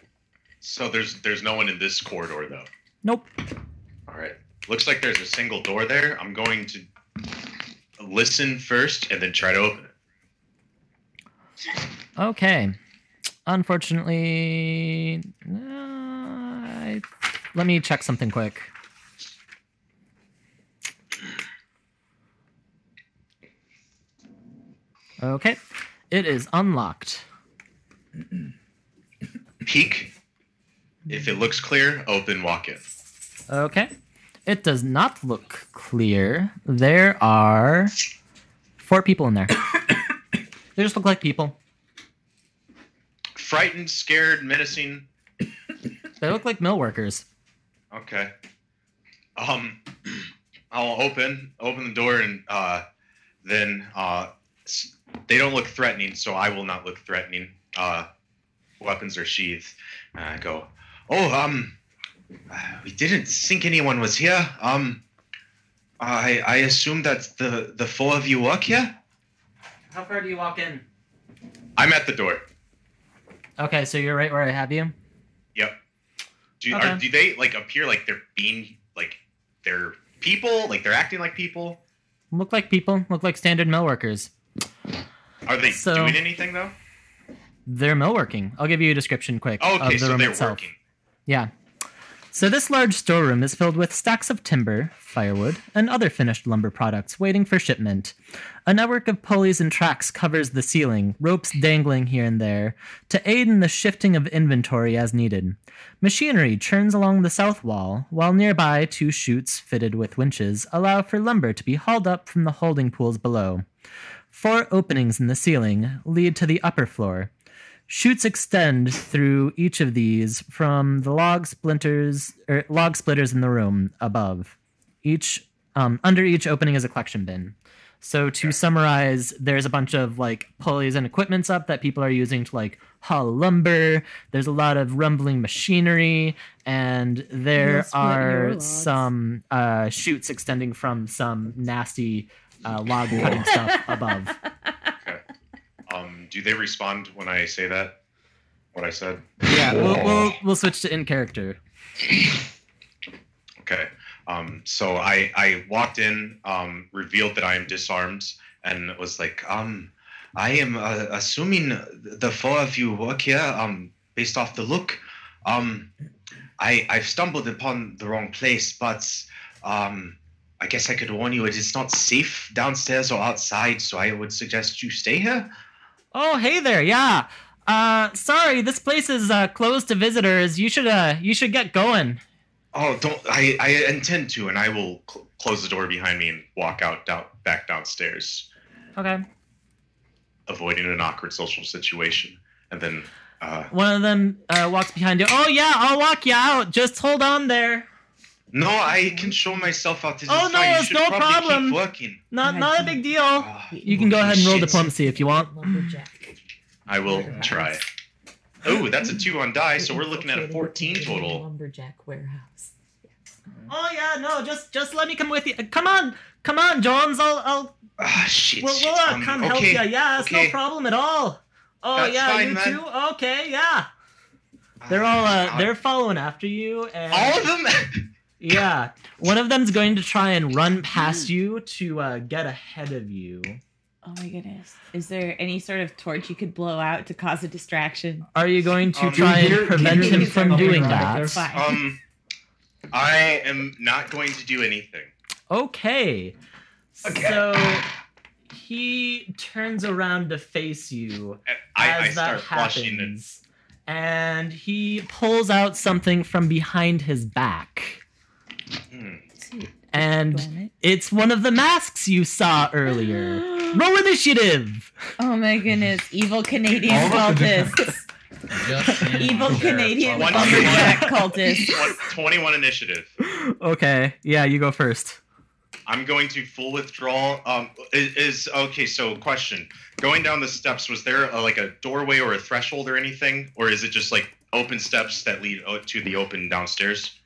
D: So there's there's no one in this corridor though.
B: Nope.
D: All right. Looks like there's a single door there. I'm going to listen first and then try to open it.
B: Okay. Unfortunately, uh, I, let me check something quick. Okay, it is unlocked.
D: Peek. If it looks clear, open, walk in.
B: Okay, it does not look clear. There are four people in there. [COUGHS] they just look like people.
D: Frightened, scared, menacing.
B: They look like mill workers.
D: Okay. Um, [CLEARS THROAT] I'll open open the door and uh, then uh, s- they don't look threatening, so I will not look threatening. Uh, weapons are sheathed. And I go,
K: Oh, um, uh, we didn't think anyone was here. Um, I I assume that the the four of you work here.
B: How far do you walk in?
D: I'm at the door.
B: Okay, so you're right where I have you.
D: Do, are,
B: Okay.
D: do they like appear like they're being like they're people? Like they're acting like people?
B: Look like people. Look like standard mill workers.
D: Are they
B: So-
D: doing anything though?
B: They're mill working. I'll give you a description quick
D: Oh, okay,
B: of the
D: so
B: room
D: they're
B: itself.
D: working.
B: Yeah. So this large storeroom is filled with stacks of timber, firewood, and other finished lumber products waiting for shipment. A network of pulleys and tracks covers the ceiling, ropes dangling here and there to aid in the shifting of inventory as needed. Machinery churns along the south wall, while nearby two chutes fitted with winches allow for lumber to be hauled up from the holding pools below. Four openings in the ceiling lead to the upper floor, Shoots extend through each of these from the log splinters or log splitters in the room above. Each um, under each opening is a collection bin. So to summarize, there's a bunch of like pulleys and equipments up that people are using to like haul lumber. There's a lot of rumbling machinery, and there
C: Yes, what your
B: are
C: logs.
B: some uh, shoots extending from some nasty uh, log cutting stuff above.
D: Um, do they respond when I say that? What I said?
B: Yeah, we'll, we'll we'll switch to in character.
D: Okay. Um, so I, I walked in, um, revealed that I am disarmed, and was like, um,
K: I am uh, assuming the four of you work here. Um, based off the look, um, I I've stumbled upon the wrong place, but um, I guess I could warn you it is not safe downstairs or outside. So I would suggest you stay here.
B: Oh, hey there. Yeah. Uh, sorry, this place is uh, closed to visitors. You should uh, you should get going.
D: "Oh, don't! I, I intend to," and I will cl- close the door behind me and walk out down, back downstairs,
B: Okay.
D: avoiding an awkward social situation. And then, uh,
B: One of them uh, walks behind you. Oh yeah, I'll walk you out. Just hold on there.
D: no, I can show myself out. This
B: Oh,
D: is
B: no,
D: fine. You
B: it's
D: should
B: no
D: probably
B: problem.
D: Keep working.
B: Not not a big deal.
D: Ah,
B: You can go ahead and roll
D: shit.
B: diplomacy if you want.
H: Lumberjack.
D: I will try. Oh, that's a two on die, so we're looking at a fourteen total.
H: Lumberjack warehouse.
B: Oh yeah, no, just just let me come with you. Uh, Come on, come on, Jones. I'll I'll
K: Ah, shit.
B: we'll,
K: shit.
B: we'll uh,
K: Um,
B: come
K: okay.
B: help you. Yeah, it's
K: okay.
B: no problem at all. Oh
K: That's
B: yeah,
K: fine,
B: you
K: man.
B: too. Okay, yeah. They're all uh, they're following after you and
K: all of them.
B: Yeah, one of them's going to try and run past you to uh, get ahead of you.
H: Oh my goodness. Is there any sort of torch you could blow out to cause a distraction?
B: Are you going to
D: Um,
B: try
F: can you
B: and prevent
F: can you
B: him
F: use
B: from
F: that
B: doing
F: number right
B: that?
H: Fine.
D: [LAUGHS] Um, I am not going to do anything.
B: Okay.
D: Okay.
B: So he turns around to face you
D: I, I
B: as that
D: start flushing and
B: happens, and he pulls out something from behind his back,
D: hmm,
F: Um,
H: Sweet.
B: and
H: Bonnet.
B: it's one of the masks you saw earlier.
H: [GASPS]
B: Roll initiative.
H: Oh my goodness. Evil Canadian
F: All of us are
H: cultists.
G: Just in
H: Evil
G: on there.
H: Canadian
D: One-
H: lumberjack cultists.
D: Twen- 21 Hmm. initiative.
B: Okay. Yeah, you go first.
D: I'm going to full withdrawal. Um, is, is okay. So, question: Going down the steps, was there a, like a doorway or a threshold or anything, or is it just like open steps that lead o- to the open downstairs?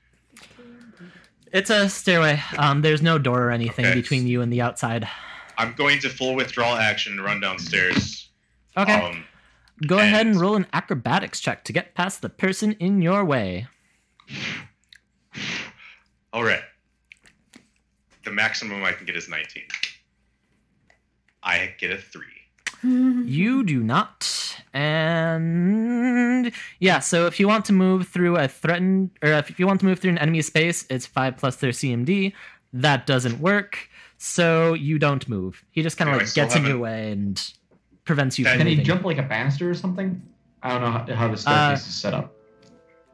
B: It's a stairway. Um, there's no door or anything
D: Okay.
B: between you and the outside.
D: I'm going to full withdrawal action and run downstairs.
B: Okay.
D: Um,
B: Go ahead and
D: and-
B: roll an acrobatics check to get past the person in your way.
D: all right. The maximum I can get is 19. I get a three.
B: You do not. And yeah, so if you want to move through a threatened or if you want to move through an enemy space, it's 5 plus their CMD. That doesn't work. So you don't move. He just kind of
D: Yeah, I
B: like
D: still
B: gets in your
D: haven't-
B: way and prevents you
D: Can
B: from
F: Can he
B: moving.
F: jump like a banister or something? I don't know how, how the staircase is set up.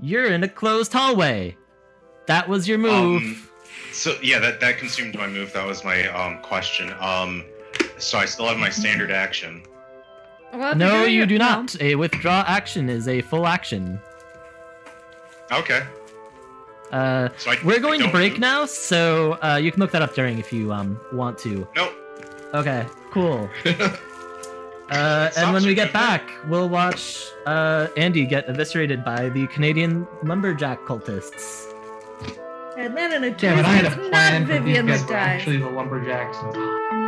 B: You're in a closed hallway. That was your move.
D: Um, So yeah, that that consumed my move. That was my um question. Um, so I still have my standard action.
C: Well, if you're
B: Oh, No,
C: doing
B: you
C: it-
B: do
C: well,
B: not. A withdraw action is a full action.
D: Okay.
B: Uh,
E: So I,
B: we're going
E: I
B: to
E: don't
B: break
E: move.
B: now, so uh, you can look that up during if you um, want to.
E: Nope.
B: Okay,
E: [LAUGHS]
B: cool. Uh, and when we get back, we'll watch uh, Andy get eviscerated by the Canadian lumberjack cultists.
C: Atlanta, New
F: Damn it, I had
C: Jersey.
F: a
C: It's
F: plan
C: not
F: for these
C: Vivian
F: guys
C: that
F: were
C: dies.
F: actually the lumberjacks.